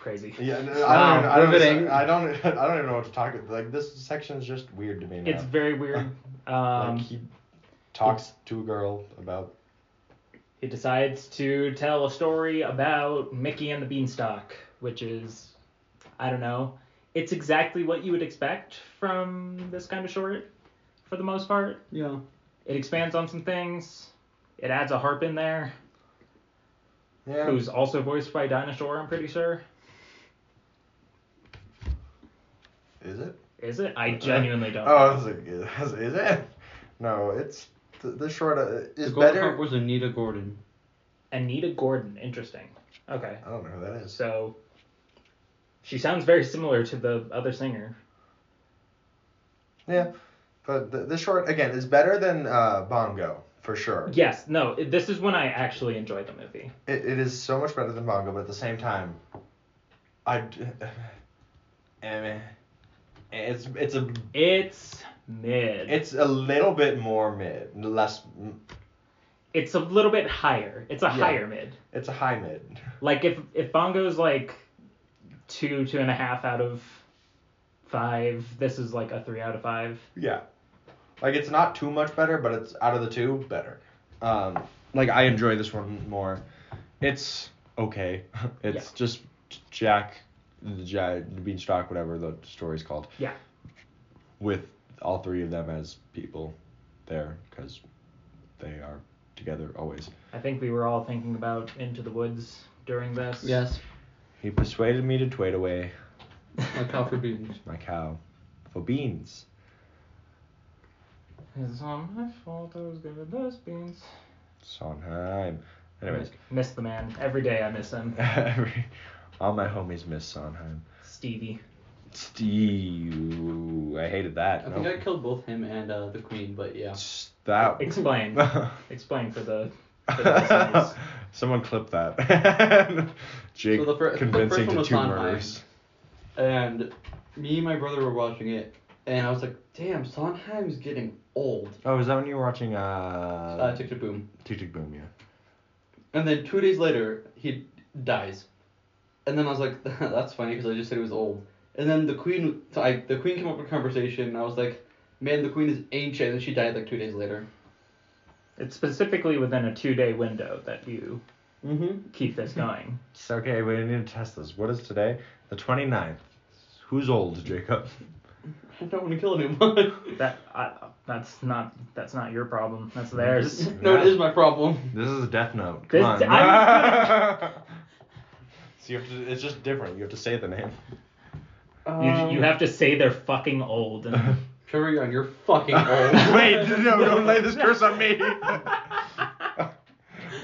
S1: Crazy.
S3: yeah, no,
S2: Wow,
S3: I don't, even,
S2: riveting.
S3: I don't, <laughs> I don't, I don't even know what to talk. about. Like this section is just weird to me now.
S1: It's very weird. Um,
S3: <laughs> like he talks to a girl about.
S1: he decides to tell a story about Mickey and the Beanstalk, which is, I don't know, it's exactly what you would expect from this kind of short, for the most part.
S2: Yeah.
S1: It expands on some things. It adds a harp in there,
S3: Yeah.
S1: who's also voiced by Dinah Shore, I'm pretty sure.
S3: Is it?
S1: Is it? I genuinely don't.
S3: Oh, I was like, is, <laughs> is it? No, it's the, the short uh,
S2: The
S3: is
S2: gold
S3: better.
S2: harp was Anita Gordon.
S1: Anita Gordon, interesting. Okay.
S3: I don't know who that is.
S1: So she sounds very similar to the other singer.
S3: Yeah, but the, the short again is better than uh, Bongo for sure.
S1: Yes, no, it- this is when I actually enjoyed the movie.
S3: It, it is so much better than Bongo, but at the same time, I. d- <sighs> I mean, It's it's a
S1: It's mid.
S3: it's a little bit more mid, less.
S1: It's a little bit higher. It's a
S3: Yeah.
S1: higher mid.
S3: It's a high mid. <laughs>
S1: Like if if Bongo's like two two and a half out of five, this is like a three out of five.
S3: Yeah. Like it's not too much better, but it's out of the two better. Um, like I enjoy this one more. It's okay. <laughs> It's just Jack, the Jack, the Beanstalk, whatever the story's called.
S1: Yeah.
S3: With all three of them as people there, because they are together always.
S1: I think we were all thinking about Into the Woods during this.
S2: Yes.
S3: He persuaded me to trade away
S2: Like Alfred Beans.
S3: my cow for beans.
S1: It's not my fault I was good at those beans.
S3: Sondheim. <laughs> Anyways,
S1: Miss the man. Every day I miss him.
S3: all my homies miss Sondheim.
S1: Stevie.
S3: Steve. I hated that.
S2: I
S3: No.
S2: think I killed both him and uh, the Queen, but yeah.
S3: S- That. <laughs>
S1: Explain. Explain for the for the listeners.
S3: Someone clip that. <laughs> Jake
S2: So the fir- the
S3: convincing
S2: first one
S3: to
S2: was
S3: two
S2: on
S3: murders.
S2: And me and my brother were watching it, and I was like, damn, Sondheim's getting old.
S3: Oh, is that when you were watching
S2: Uh,
S3: uh,
S2: Tick Tick Boom.
S3: Tick Tick Boom? Yeah.
S2: And then two days later, he dies. And then I was like, <laughs> that's funny because I just said he was old. And then the queen, so I, the queen came up in conversation, and I was like, man, the queen is ancient, and she died like two days later.
S1: It's specifically within a two day window that you
S2: Mm-hmm.
S1: keep
S3: <laughs>
S1: this going.
S3: It's okay, we need to test this. What is today? The 29th. Who's old, Jacob?
S2: <laughs> I don't want to kill anyone. <laughs>
S1: That I, that's not that's not your problem. That's theirs.
S2: no, it is my problem.
S3: This is a Death Note.
S1: This-
S3: Come <laughs>
S1: I
S3: on. so you have to. It's just different. You have to say the name.
S1: You, you have to say they're fucking old. <laughs>
S3: <laughs>
S1: And...
S2: Trevor Young, you're
S1: <laughs>
S2: fucking old.
S3: Wait, no, don't lay this curse on
S2: <laughs>
S3: me. Well, I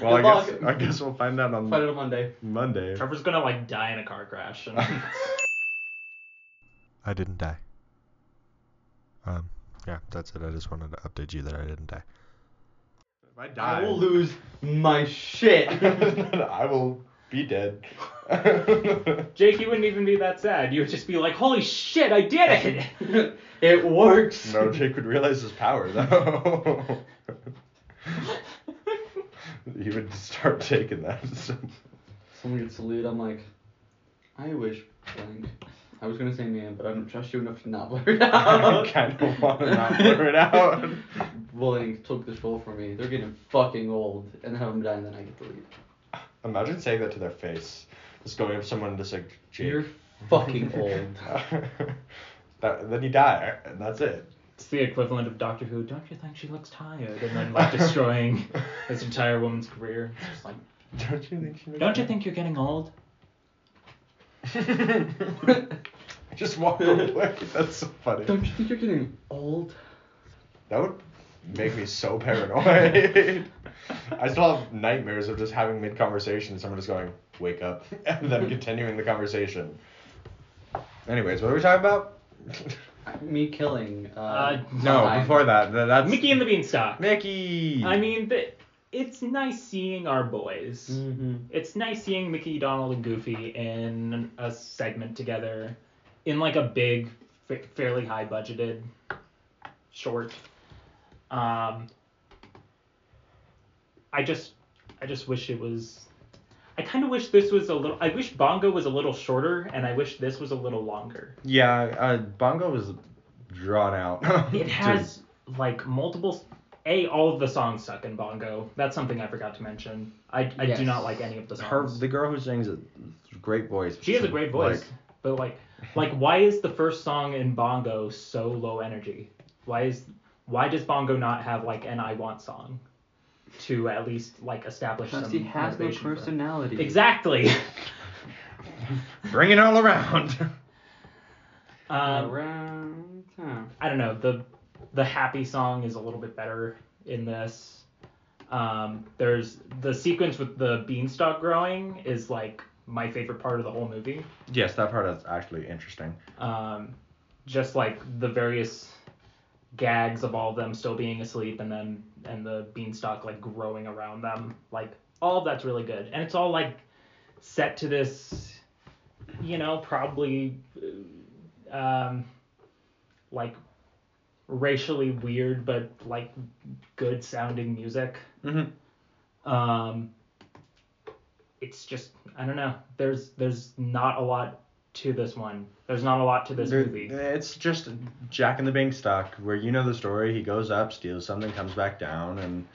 S2: Good luck.
S3: guess, I guess we'll find out on
S2: Fight it on Monday.
S3: Monday.
S1: Trevor's gonna like die in a car crash. And...
S4: <laughs> I didn't die. Um, yeah, that's it. I just wanted to update you that I didn't die.
S3: If I
S2: I
S3: die, <laughs>
S2: will lose my
S1: <laughs>
S2: shit.
S3: I will be
S2: <laughs>
S3: dead. <laughs> I
S1: <laughs> Jake, you wouldn't even be that sad. You would just be like, "Holy shit, I did <laughs> it!"
S2: it works.
S3: don't know Jake would realize his
S2: <laughs>
S3: power, though. <laughs> he would start taking that. <laughs>
S2: Someone gets salute. I'm like, I wish blank. I was gonna say man, but I don't trust you enough to not blur it
S1: <laughs>
S3: I
S2: out.
S3: <laughs> kind of want to not blur it out.
S2: Blank took this role for me. They're getting fucking old, and have them die, and then I get the lead.
S3: Imagine saying that to their face. Just going up to someone and just like, Jake.
S2: You're
S1: <laughs>
S2: fucking old.
S3: that, then you die, and that's it.
S1: It's the equivalent of Doctor <laughs> Who. Don't you think she looks tired? And then like destroying this entire woman's career. It's just like,
S3: Don't you think she
S1: Don't you think you're getting old?
S3: <laughs> Just walk
S1: <laughs>
S3: away. That's so funny.
S2: Don't you think you're getting old?
S3: That would make
S1: <laughs>
S3: me so paranoid. I still have nightmares of just having mid conversation and someone just going, wake up, <laughs> and then continuing the conversation. Anyways, what are we talking about? <laughs>
S2: Me killing. Uh,
S1: Uh,
S3: no,
S2: time.
S3: before that, th- that's
S1: Mickey and the Beanstalk.
S3: Mickey.
S1: I mean, th- it's nice seeing our boys.
S2: Mhm.
S1: It's nice seeing Mickey, Donald, and Goofy in a segment together, in like a big, fa- fairly high budgeted short. Um, I just, I just wish it was. I kind of wish this was a little. I wish Bongo was a little shorter, and I wish this was a little
S3: <laughs>
S1: longer.
S3: yeah, uh, Bongo was drawn out.
S1: It
S3: <laughs> Dude,
S1: has like multiple. A, all of the songs suck in Bongo. That's something I forgot to mention. I, I
S2: Yes.
S1: do not like any of the songs.
S3: her the girl who sings a great voice.
S1: She has a great voice, but like, like why is the first song in Bongo so low energy? Why is why does Bongo not have like an I want song to at least like establish some?
S2: Because he has no
S1: motivation for-
S2: personality.
S1: Exactly. <laughs>
S3: Like, Bring it all around. <laughs>
S2: Uh,
S1: Um,
S2: Around town.
S1: I don't know the the happy song is a little bit better in this. Um, there's the sequence with the beanstalk growing is like my favorite part of the whole movie.
S3: yes, that part is actually interesting.
S1: um, just like the various gags of all of them still being asleep and then and the beanstalk like growing around them like all of that's really good and it's all like set to this you know probably uh, um like racially weird but like good sounding music
S3: Mm-hmm.
S1: um it's just i don't know there's there's not a lot to this one there's not a lot to this
S3: There-
S1: movie
S3: It's just Jack and the Beanstalk, where you know the story. He goes up, steals something, comes back down, and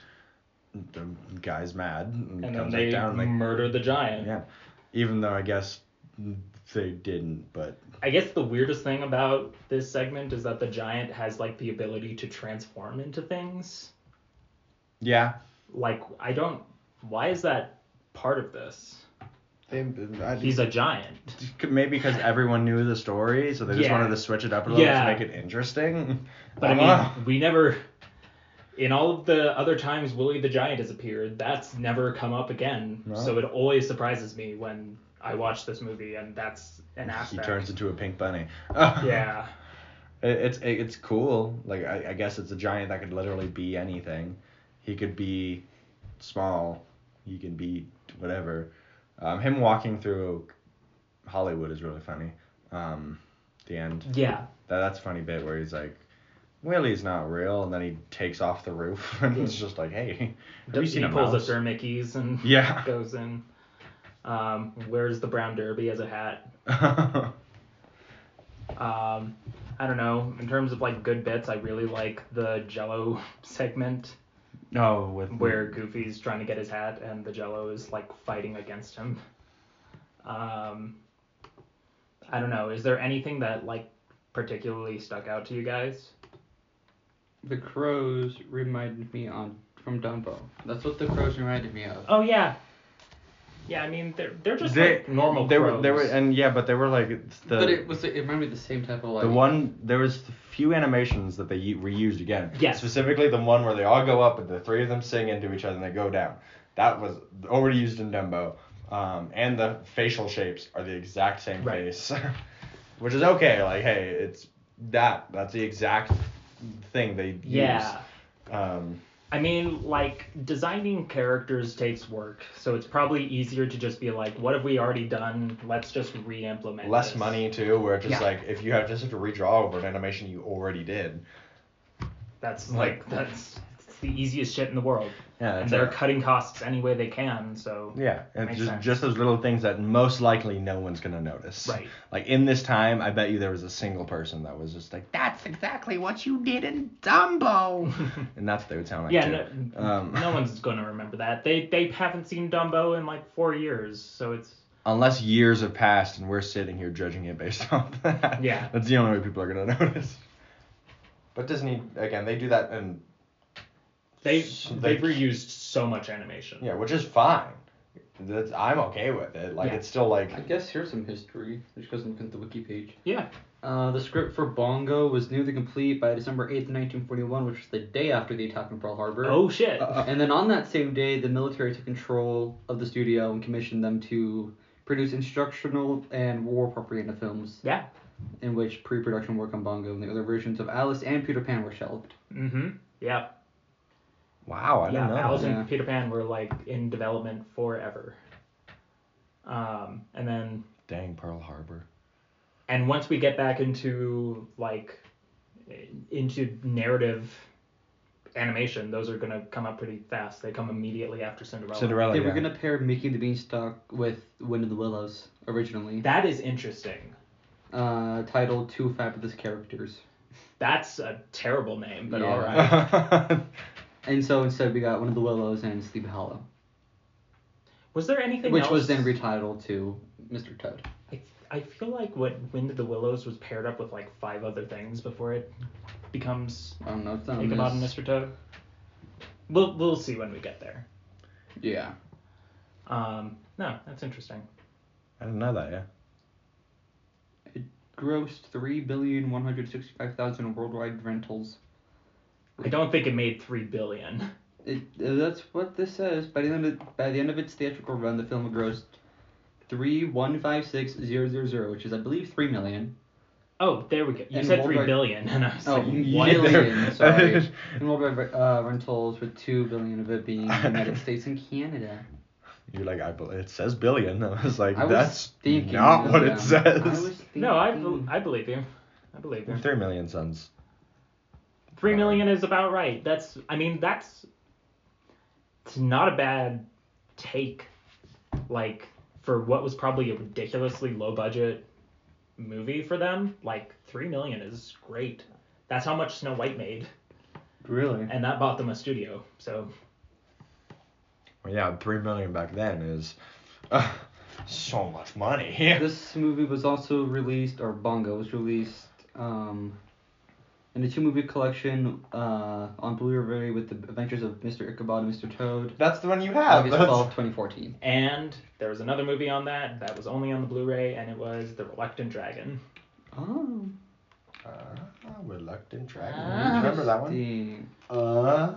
S3: the guy's mad and,
S1: and then
S3: comes
S1: they
S3: back down. Like,
S1: murder the giant
S3: yeah. Even though I guess they didn't, but
S1: i guess the weirdest thing about this segment is that the giant has like the ability to transform into things
S3: yeah,
S1: like i don't why is that part of this
S3: they. I,
S1: he's a giant
S3: maybe because everyone knew the story, so they just
S1: Yeah.
S3: wanted to switch it up a little
S1: Yeah.
S3: to make it interesting.
S1: <laughs> but i
S3: Uh-huh.
S1: mean we never in all of the other times willie the giant has appeared that's never come up again
S3: No.
S1: so it always surprises me when i watch this movie and that's an
S3: he
S1: aspect
S3: turns into a pink bunny.
S1: yeah
S3: <laughs> It, it's it, it's cool. Like I, I guess it's a giant that could literally be anything. He could be small. He can be whatever. Um, him walking through Hollywood is really funny. Um, the end.
S1: yeah
S3: That that's a funny bit where he's like, Willie's not real, and then he takes off the roof <laughs> and it's just
S1: <laughs>
S3: like, hey, have you
S1: he
S3: seen a
S1: pulls
S3: mouse?
S1: a Sir Mickey's and
S3: Yeah. <laughs>
S1: goes in um, wears the brown derby as a hat um, i don't know in terms of like good bits i really like the jello <laughs> segment
S3: no, Oh, with
S1: where Goofy's trying to get his hat and the Jello is like fighting against him. Um, I don't know. Is there anything that like particularly stuck out to you guys?
S2: The crows reminded me on from Dumbo. That's what the crows reminded me of.
S1: Oh yeah, yeah. I mean, they're they're just
S3: They-
S1: like normal
S3: They
S1: crows.
S3: were they were and yeah, but they were like the
S2: but it was it reminded me the same type of like
S3: The one there was few animations that they u- reused again.
S1: Yes.
S3: Specifically, the one where they all go up and the three of them sing into each other and they go down. That was already used in Dumbo. Um, and the facial shapes are the exact same
S1: Right.
S3: face, <laughs> which is okay. Like, hey, it's that. That's the exact thing they
S1: yeah.
S3: use. Um,
S1: I mean, like designing characters takes work, so it's probably easier to just be like, "What have we already done? Let's just re-implement."
S3: less
S1: this."
S3: money too, where it's just
S1: Yeah.
S3: like if you have just have to redraw over an animation you already did.
S1: That's
S3: Like-
S1: like that's it's the easiest shit in the world.
S3: Yeah.
S1: and they're cutting costs any way they can. So
S3: Yeah, and
S1: Makes
S3: just,
S1: sense.
S3: just those little things that most likely no one's gonna notice.
S1: Right.
S3: Like in this time, I bet you there was a single person that was just like, "That's exactly what you did in
S1: <laughs>
S3: Dumbo," and that's what they would sound like.
S1: yeah,
S3: too.
S1: no,
S3: um,
S1: no one's gonna remember that. They they haven't seen Dumbo in like four years, so it's
S3: Unless years have passed and we're sitting here judging it based <laughs> on that.
S1: Yeah.
S3: That's the only way people are gonna notice. But Disney again, they do that, and
S1: they
S3: S-
S1: they've
S3: they-
S1: reused so much animation.
S3: yeah, which is fine. That's I'm okay with it. Like
S1: Yeah.
S3: it's
S1: <laughs>
S3: still like
S2: I guess here's some history. Which goes look at the wiki page.
S1: Yeah.
S2: Uh, the script for Bongo was nearly complete by December 8th, 1941, which was the day after the attack on Pearl Harbor.
S1: Oh shit.
S3: Uh,
S2: And then on that same day, the military took control of the studio and commissioned them to produce instructional and war propaganda films
S1: yeah.
S2: in which pre production work on Bongo and the other versions of Alice and Peter Pan were shelved.
S1: Mm-hmm. Yeah.
S3: wow, I
S1: yeah.
S3: don't know.
S1: Alice
S2: Yeah.
S1: and Peter Pan were like in development forever. Um, and then
S3: Dang Pearl Harbor.
S1: and once we get back into like into narrative animation, those are gonna come up pretty fast. They come immediately after Cinderella.
S3: Cinderella.
S2: they
S3: Oh, yeah.
S2: were going to pair Mickey the Beanstalk with Wind in the Willows originally,
S1: That is interesting.
S2: uh, titled Two Fabulous Characters.
S1: That's a terrible name, but
S2: Yeah.
S1: all
S3: <laughs>
S1: right.
S2: And so instead, we got Wind in the Willows and Sleepy Hollow,
S1: Was there anything
S2: which
S1: else?
S2: was then retitled to Mr. Toad.
S1: I, I feel like what Wind of the Willows was paired up with like five other things before it becomes
S2: I don't know if that
S1: Ichabod and
S2: was.
S1: Mr. Toad. We'll we'll see when we get there.
S2: Yeah.
S1: Um, no, that's interesting.
S3: I didn't know that. Yeah.
S2: grossed three billion one hundred sixty-five thousand worldwide rentals.
S1: I don't think it made three billion.
S2: It, uh, that's what this says. By the end of by the end of its theatrical run, the film grossed three one five six zero zero zero, which is I believe three million.
S1: Oh, there we go. You
S2: And
S1: said
S2: World
S1: three
S2: Wide-
S1: billion, and I was
S2: Oh,
S3: <laughs>
S1: like, what?
S2: million. sorry. And worldwide uh, rentals with two billion of it being in the
S3: <laughs>
S2: United States and Canada.
S3: You're like I. bel- It says billion. <laughs> I was like
S2: I was
S3: that's
S2: thinking
S3: not
S2: of
S3: what
S2: them.
S3: it
S2: I was
S3: says.
S2: thinking,
S1: No, I, bel-
S2: Mm.
S1: I believe you. I believe you.
S3: <laughs> Three million sons.
S1: Three million is about right. That's I mean that's it's not a bad take, like for what was probably a ridiculously low budget movie for them. Like three million is great. That's how much Snow White made,
S2: really.
S1: and that bought them a studio. So
S3: Well, yeah, three million back then is <laughs> so much money. <laughs>
S2: This movie was also released, or Bongo was released, um, in a two-movie collection uh, on Blu-ray with the Adventures of Mr. Ichabod and Mr. Toad,
S3: That's the one you have.
S2: August
S3: That's- <laughs>
S2: 12, 2014.
S1: and there was another movie on that that was only on the Blu-ray, and it was The Reluctant Dragon.
S2: Oh,
S3: Uh, reluctant dragon.
S2: Ah,
S3: You remember that one?
S2: interesting.
S3: Uh.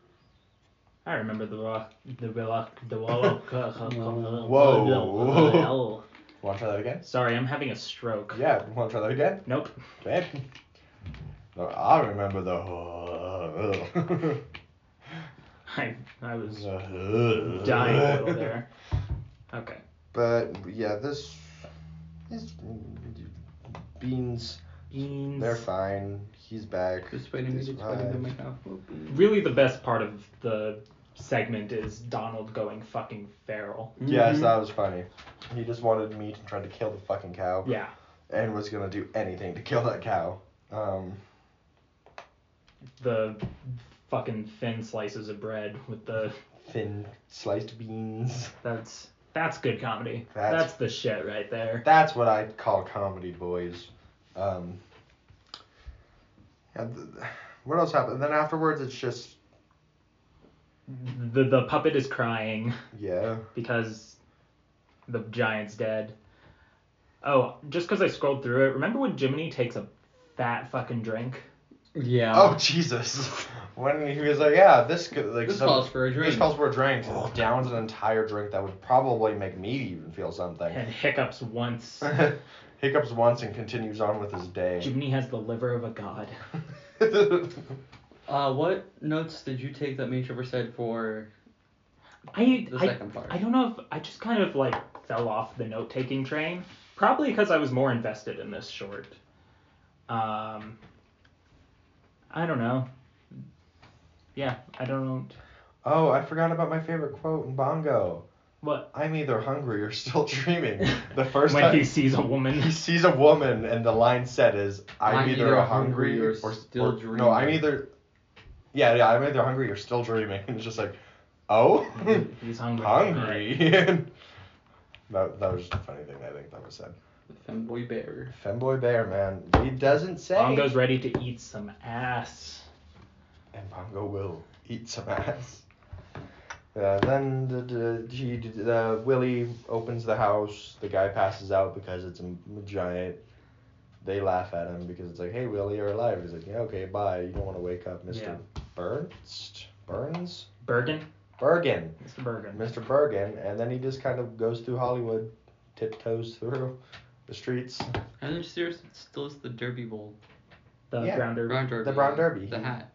S3: <laughs>
S1: I remember the rock, the reluct, the <laughs> wall.
S3: Whoa. Want to try that again?
S1: Sorry, I'm having a stroke.
S3: Yeah. Want to try that again?
S1: Nope. <laughs>
S3: Okay. No, I remember the. whole- <laughs>
S1: I I was
S3: The-
S1: dying a little there. Okay.
S3: But yeah, this is beans.
S1: Beans.
S3: They're fine. He's back.
S2: Just waiting to
S3: He's
S2: get spider
S3: fine.
S2: my half open.
S1: Really, the best part of the segment is Donald going fucking feral.
S3: Yes,
S2: Mhm.
S3: that was funny. He just wanted meat and tried to kill the fucking cow.
S1: Yeah.
S3: And was gonna do anything to kill that cow. Um.
S1: The fucking thin slices of bread with the
S3: thin sliced beans.
S1: that's that's good comedy.
S3: That's-
S1: That's, the shit right there.
S3: That's what I call comedy, boys. Um, and th- what else happened? then afterwards, it's just
S1: The the puppet is crying
S3: yeah.
S1: because the giant's dead. Oh, just because I scrolled through it, remember when Jiminy takes a fat fucking drink?
S2: Mm-hmm. Yeah.
S3: Oh Jesus! <laughs> When he was like, yeah, this could like
S2: this
S3: some-
S2: calls for a
S3: This
S2: drink.
S3: calls for a drink. and Downs an entire drink that would probably make me even feel something.
S1: And hiccups once.
S3: Hiccups once and continues on with his day.
S1: Jiminy has the liver of a god.
S2: Uh, what notes did you take that Major said for
S1: I,
S2: the
S1: I,
S2: second part?
S1: I don't know if I just kind of like fell off the note taking train. Probably because I was more invested in this short. Um, I don't know. Yeah, I don't.
S3: oh, I forgot about my favorite quote in Bongo.
S1: What?
S3: I'm either hungry or still dreaming. The first
S1: when
S3: time
S1: he sees a
S3: <laughs>
S1: woman.
S3: he sees a woman and the line said is I'm, either, hungry, or,
S2: still
S3: or- No, I'm
S2: dreaming."
S3: either yeah, yeah, I'm either hungry or still dreaming. <laughs> And it's just like, oh <laughs>
S1: He's hungry.
S3: hungry. that <laughs> that was just a funny thing I think that was said.
S2: Femboy Bear.
S3: Femboy Bear man. He doesn't say
S1: Bongo's ready to eat some ass.
S3: and Bongo will eat some ass. Uh, then the, the, he, the Willie opens the house. The guy passes out because it's a m- giant. They laugh at him because it's like, "Hey, Willie, you're alive." He's like, "Yeah, okay, bye. You don't want to wake up, Mister Burns, Burns,
S1: Bergen,
S3: Bergen,
S1: Mr. Bergen.
S3: Mister Bergen." And then he just kind of goes through Hollywood, tiptoes through the streets.
S2: And then serious, it still is the Derby Bowl.
S1: The
S3: Yeah.
S1: grounder.
S2: Brown Derby.
S3: The Brown
S2: yeah.
S3: Derby.
S2: The hat.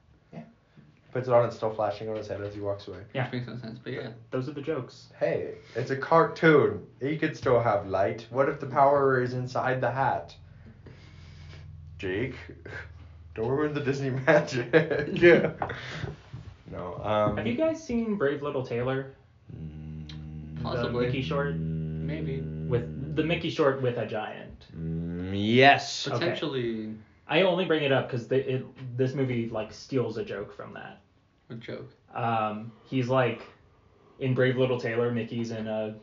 S3: Puts it on, it's still flashing on his head as he walks away.
S1: Yeah.
S2: Which makes no sense, but yeah.
S1: Those are the jokes.
S3: Hey, it's a cartoon. He could still have light. What if the power is inside the hat? Jake, don't ruin the Disney <laughs> magic.
S1: <laughs>
S3: yeah. No. Um.
S1: Have you guys seen Brave Little Taylor?
S3: mm,
S2: Possibly.
S1: The Mickey short
S2: Maybe.
S1: with the Mickey short with a giant.
S3: Mm, yes.
S1: Okay.
S2: Potentially
S1: I only bring it up because it this movie like steals a joke from that.
S2: a joke.
S1: Um, he's like in Brave Little Taylor, Mickey's in a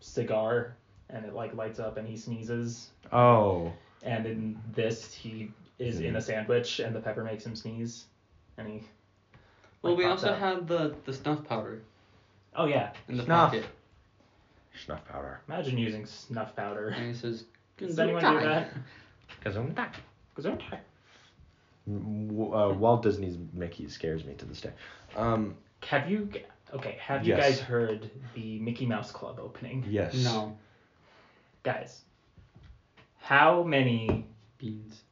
S1: cigar and it like lights up and he sneezes.
S3: Oh.
S1: And in this, he is in a sandwich and the pepper makes him sneeze. And he.
S2: Well,
S1: like,
S2: we
S1: pops
S2: also
S1: up.
S2: had the, the snuff powder
S1: Oh yeah,
S2: in the
S3: Snuff.
S2: pocket.
S3: Snuff powder.
S1: imagine using snuff powder.
S2: And he says,
S1: Does anyone do
S2: "Gesundheit."
S1: that?
S3: Because I'm not.
S1: Gesundheit.
S3: Uh, Walt Disney's Mickey scares me to this day. Um.
S1: Have you? Okay, have you
S3: Yes.
S1: guys heard the Mickey Mouse Club opening?
S3: Yes.
S2: <laughs> No.
S1: Guys, how many
S2: Beans.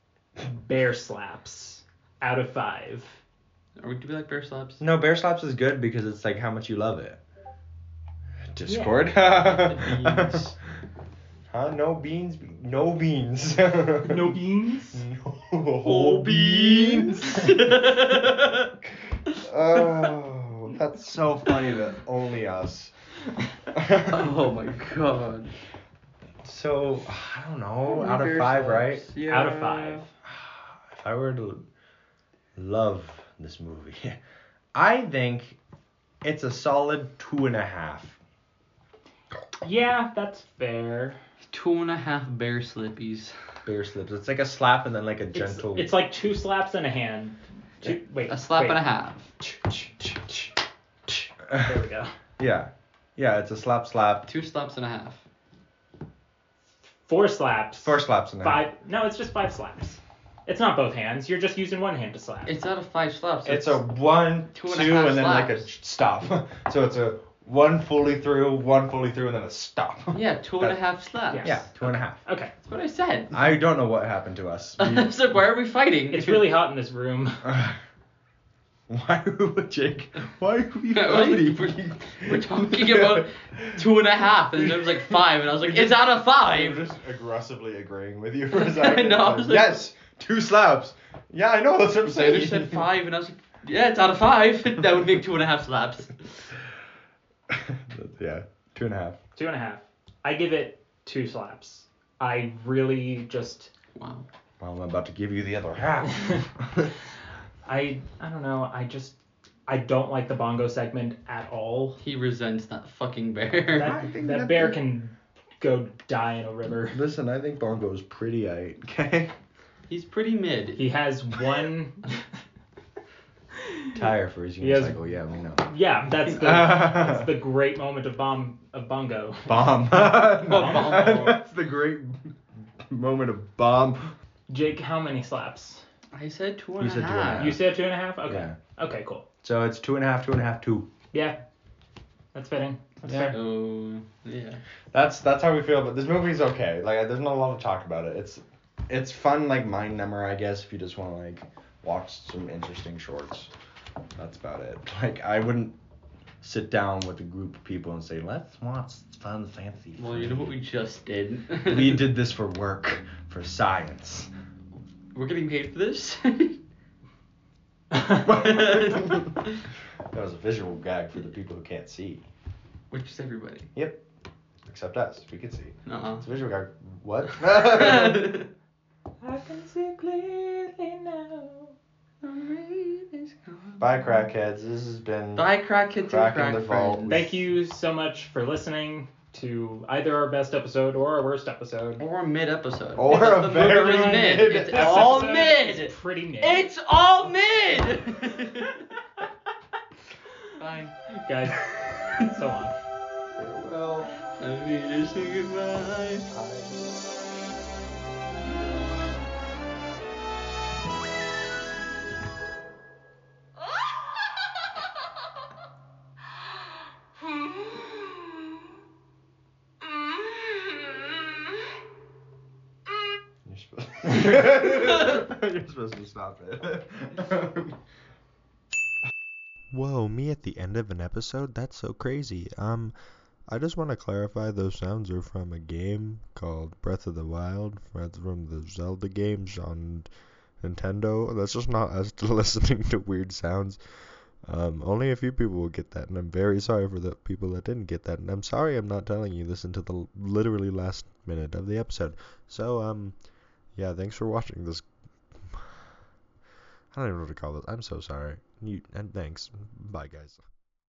S1: bear slaps out of five?
S2: Are we, do we like bear slaps?
S3: No, Bear Slaps is good because it's like how much you love it. Discord.
S2: Beans.
S3: huh? No beans. No beans.
S1: No beans.
S3: <laughs>
S1: Oh,
S3: No
S2: Oh,
S3: whole beans.
S1: <laughs>
S3: <laughs> oh, that's so funny that only us. <laughs>
S2: oh my god.
S3: So I don't
S1: Oh,
S3: know. Out of five, right?
S2: Yeah.
S1: Out of five.
S3: If I were to love this movie, <laughs> I think it's a solid two and a half.
S1: Yeah, that's fair.
S2: Two and a half bear slippies.
S3: Bear slips. It's like a slap and then like a
S1: It's,
S3: gentle.
S1: it's like two slaps and a hand. Two, wait,
S2: A slap
S1: wait.
S2: and a half.
S1: There we go.
S3: yeah, yeah. It's a slap slap.
S2: Two slaps and a half.
S1: Four slaps.
S3: Four slaps in a half.
S1: Five. No, it's just five slaps. It's not both hands. You're just using one hand to slap.
S2: It's out of five slaps.
S3: It's a one, two,
S2: Two
S3: and,
S2: and a half
S3: then like a
S2: slaps.
S3: sh- stop. <laughs> so it's a one fully through, one fully through, and then a stop.
S2: Yeah, two and a half slaps.
S1: Yes.
S3: Yeah, two and a half.
S1: okay.
S2: That's what I said.
S3: I don't know what happened
S2: <laughs>
S3: to us. We-
S2: I said, why are we fighting?
S1: It's
S2: <laughs>
S1: really hot in this room.
S3: <sighs> why would Jake? Why are
S2: <laughs>
S3: we
S2: Yeah, well,
S3: fighting?
S2: we're- we're talking about two and a half, and there was like five, and I was
S3: <laughs>
S2: like, it's out of
S3: I'm
S2: five.
S3: just aggressively agreeing with you for a <laughs>
S2: I
S3: second.
S2: know, I
S3: Like,
S2: was like-
S3: yes, two slaps. Yeah, I know. That's what I'm saying.
S2: Xander
S3: <laughs>
S2: said five, and I was like, yeah, it's out of five. <laughs> that would make two and a half slaps.
S3: yeah, two and a half.
S1: Two and a half. I give it two slaps. I really just.
S2: Wow.
S3: Well, I'm about to give you the
S2: <laughs>
S3: other half. <laughs>
S1: I I don't know. I just I don't like the bongo segment at all.
S2: He resents that fucking bear.
S1: That,
S3: I think
S1: that,
S3: that-
S1: bear can go die in a river. <laughs>
S3: Listen, I think Bongo's pretty aight. Okay.
S2: <laughs> He's pretty
S1: <laughs>
S2: mid.
S1: He has one.
S3: Tire for his
S1: He has-
S3: unicycle. Yeah, we know.
S1: yeah, that's the that's the great moment of bomb of bongo.
S3: bomb.
S1: bomb.
S3: <laughs> That's the great moment of bomb.
S1: Jake, how many slaps?
S2: I said two and
S3: You
S2: a
S3: said two and a
S2: half.
S1: You said two and a half. Okay.
S3: Uh, Yeah.
S1: Okay. Cool.
S3: So it's two and a half, two and a half, two.
S1: Yeah. That's fitting. That's
S3: Yeah.
S1: fair.
S2: So, Oh, yeah.
S3: That's that's how we feel. But this movie's okay. Like, there's not a lot to talk about it. It's it's fun, like mind number, I guess, if you just want to like watch some interesting shorts. That's about it. <laughs> Like, I wouldn't sit down with a group of people and say, let's watch fun, fancy.
S2: Well, you know what we just did? <laughs>
S3: we did this for work, for science. <laughs>
S2: We're getting paid for this? <laughs>
S3: that was a visual gag for the people who can't see,
S2: Which is everybody.
S3: except us. We can see.
S2: Uh-uh.
S3: It's a visual gag.
S2: <laughs>
S3: What? <laughs>
S1: I can see clearly now.
S3: Bye, crackheads. This has been.
S2: Bye, crack kids
S3: Crack in
S2: and
S3: the
S2: crack
S3: vault.
S2: friends.
S1: Thank you so much for listening to either our best episode or our worst episode.
S2: Or mid episode.
S3: Or a very mid
S2: It's all
S1: Episode is
S2: mid. <laughs>
S1: Pretty mid.
S2: It's all mid. <laughs> Fine.
S1: Guys, so long.
S2: Farewell. I need to say goodbye.
S5: You're supposed, <laughs> You're supposed to stop it. <laughs>
S3: Whoa, me at the end of an episode? That's so crazy. Um, I just want to clarify those sounds are from a game called Breath of the Wild. That's from the Zelda games on Nintendo. That's just not us <laughs> listening to weird sounds. Um, only a few people will get that, and I'm very sorry for the people that didn't get that. And I'm sorry I'm not telling you this until the l- literally last minute of the episode. So, um, yeah, thanks for watching this. <sighs> I don't even know what to call this. I'm so sorry. You and thanks. Bye, guys.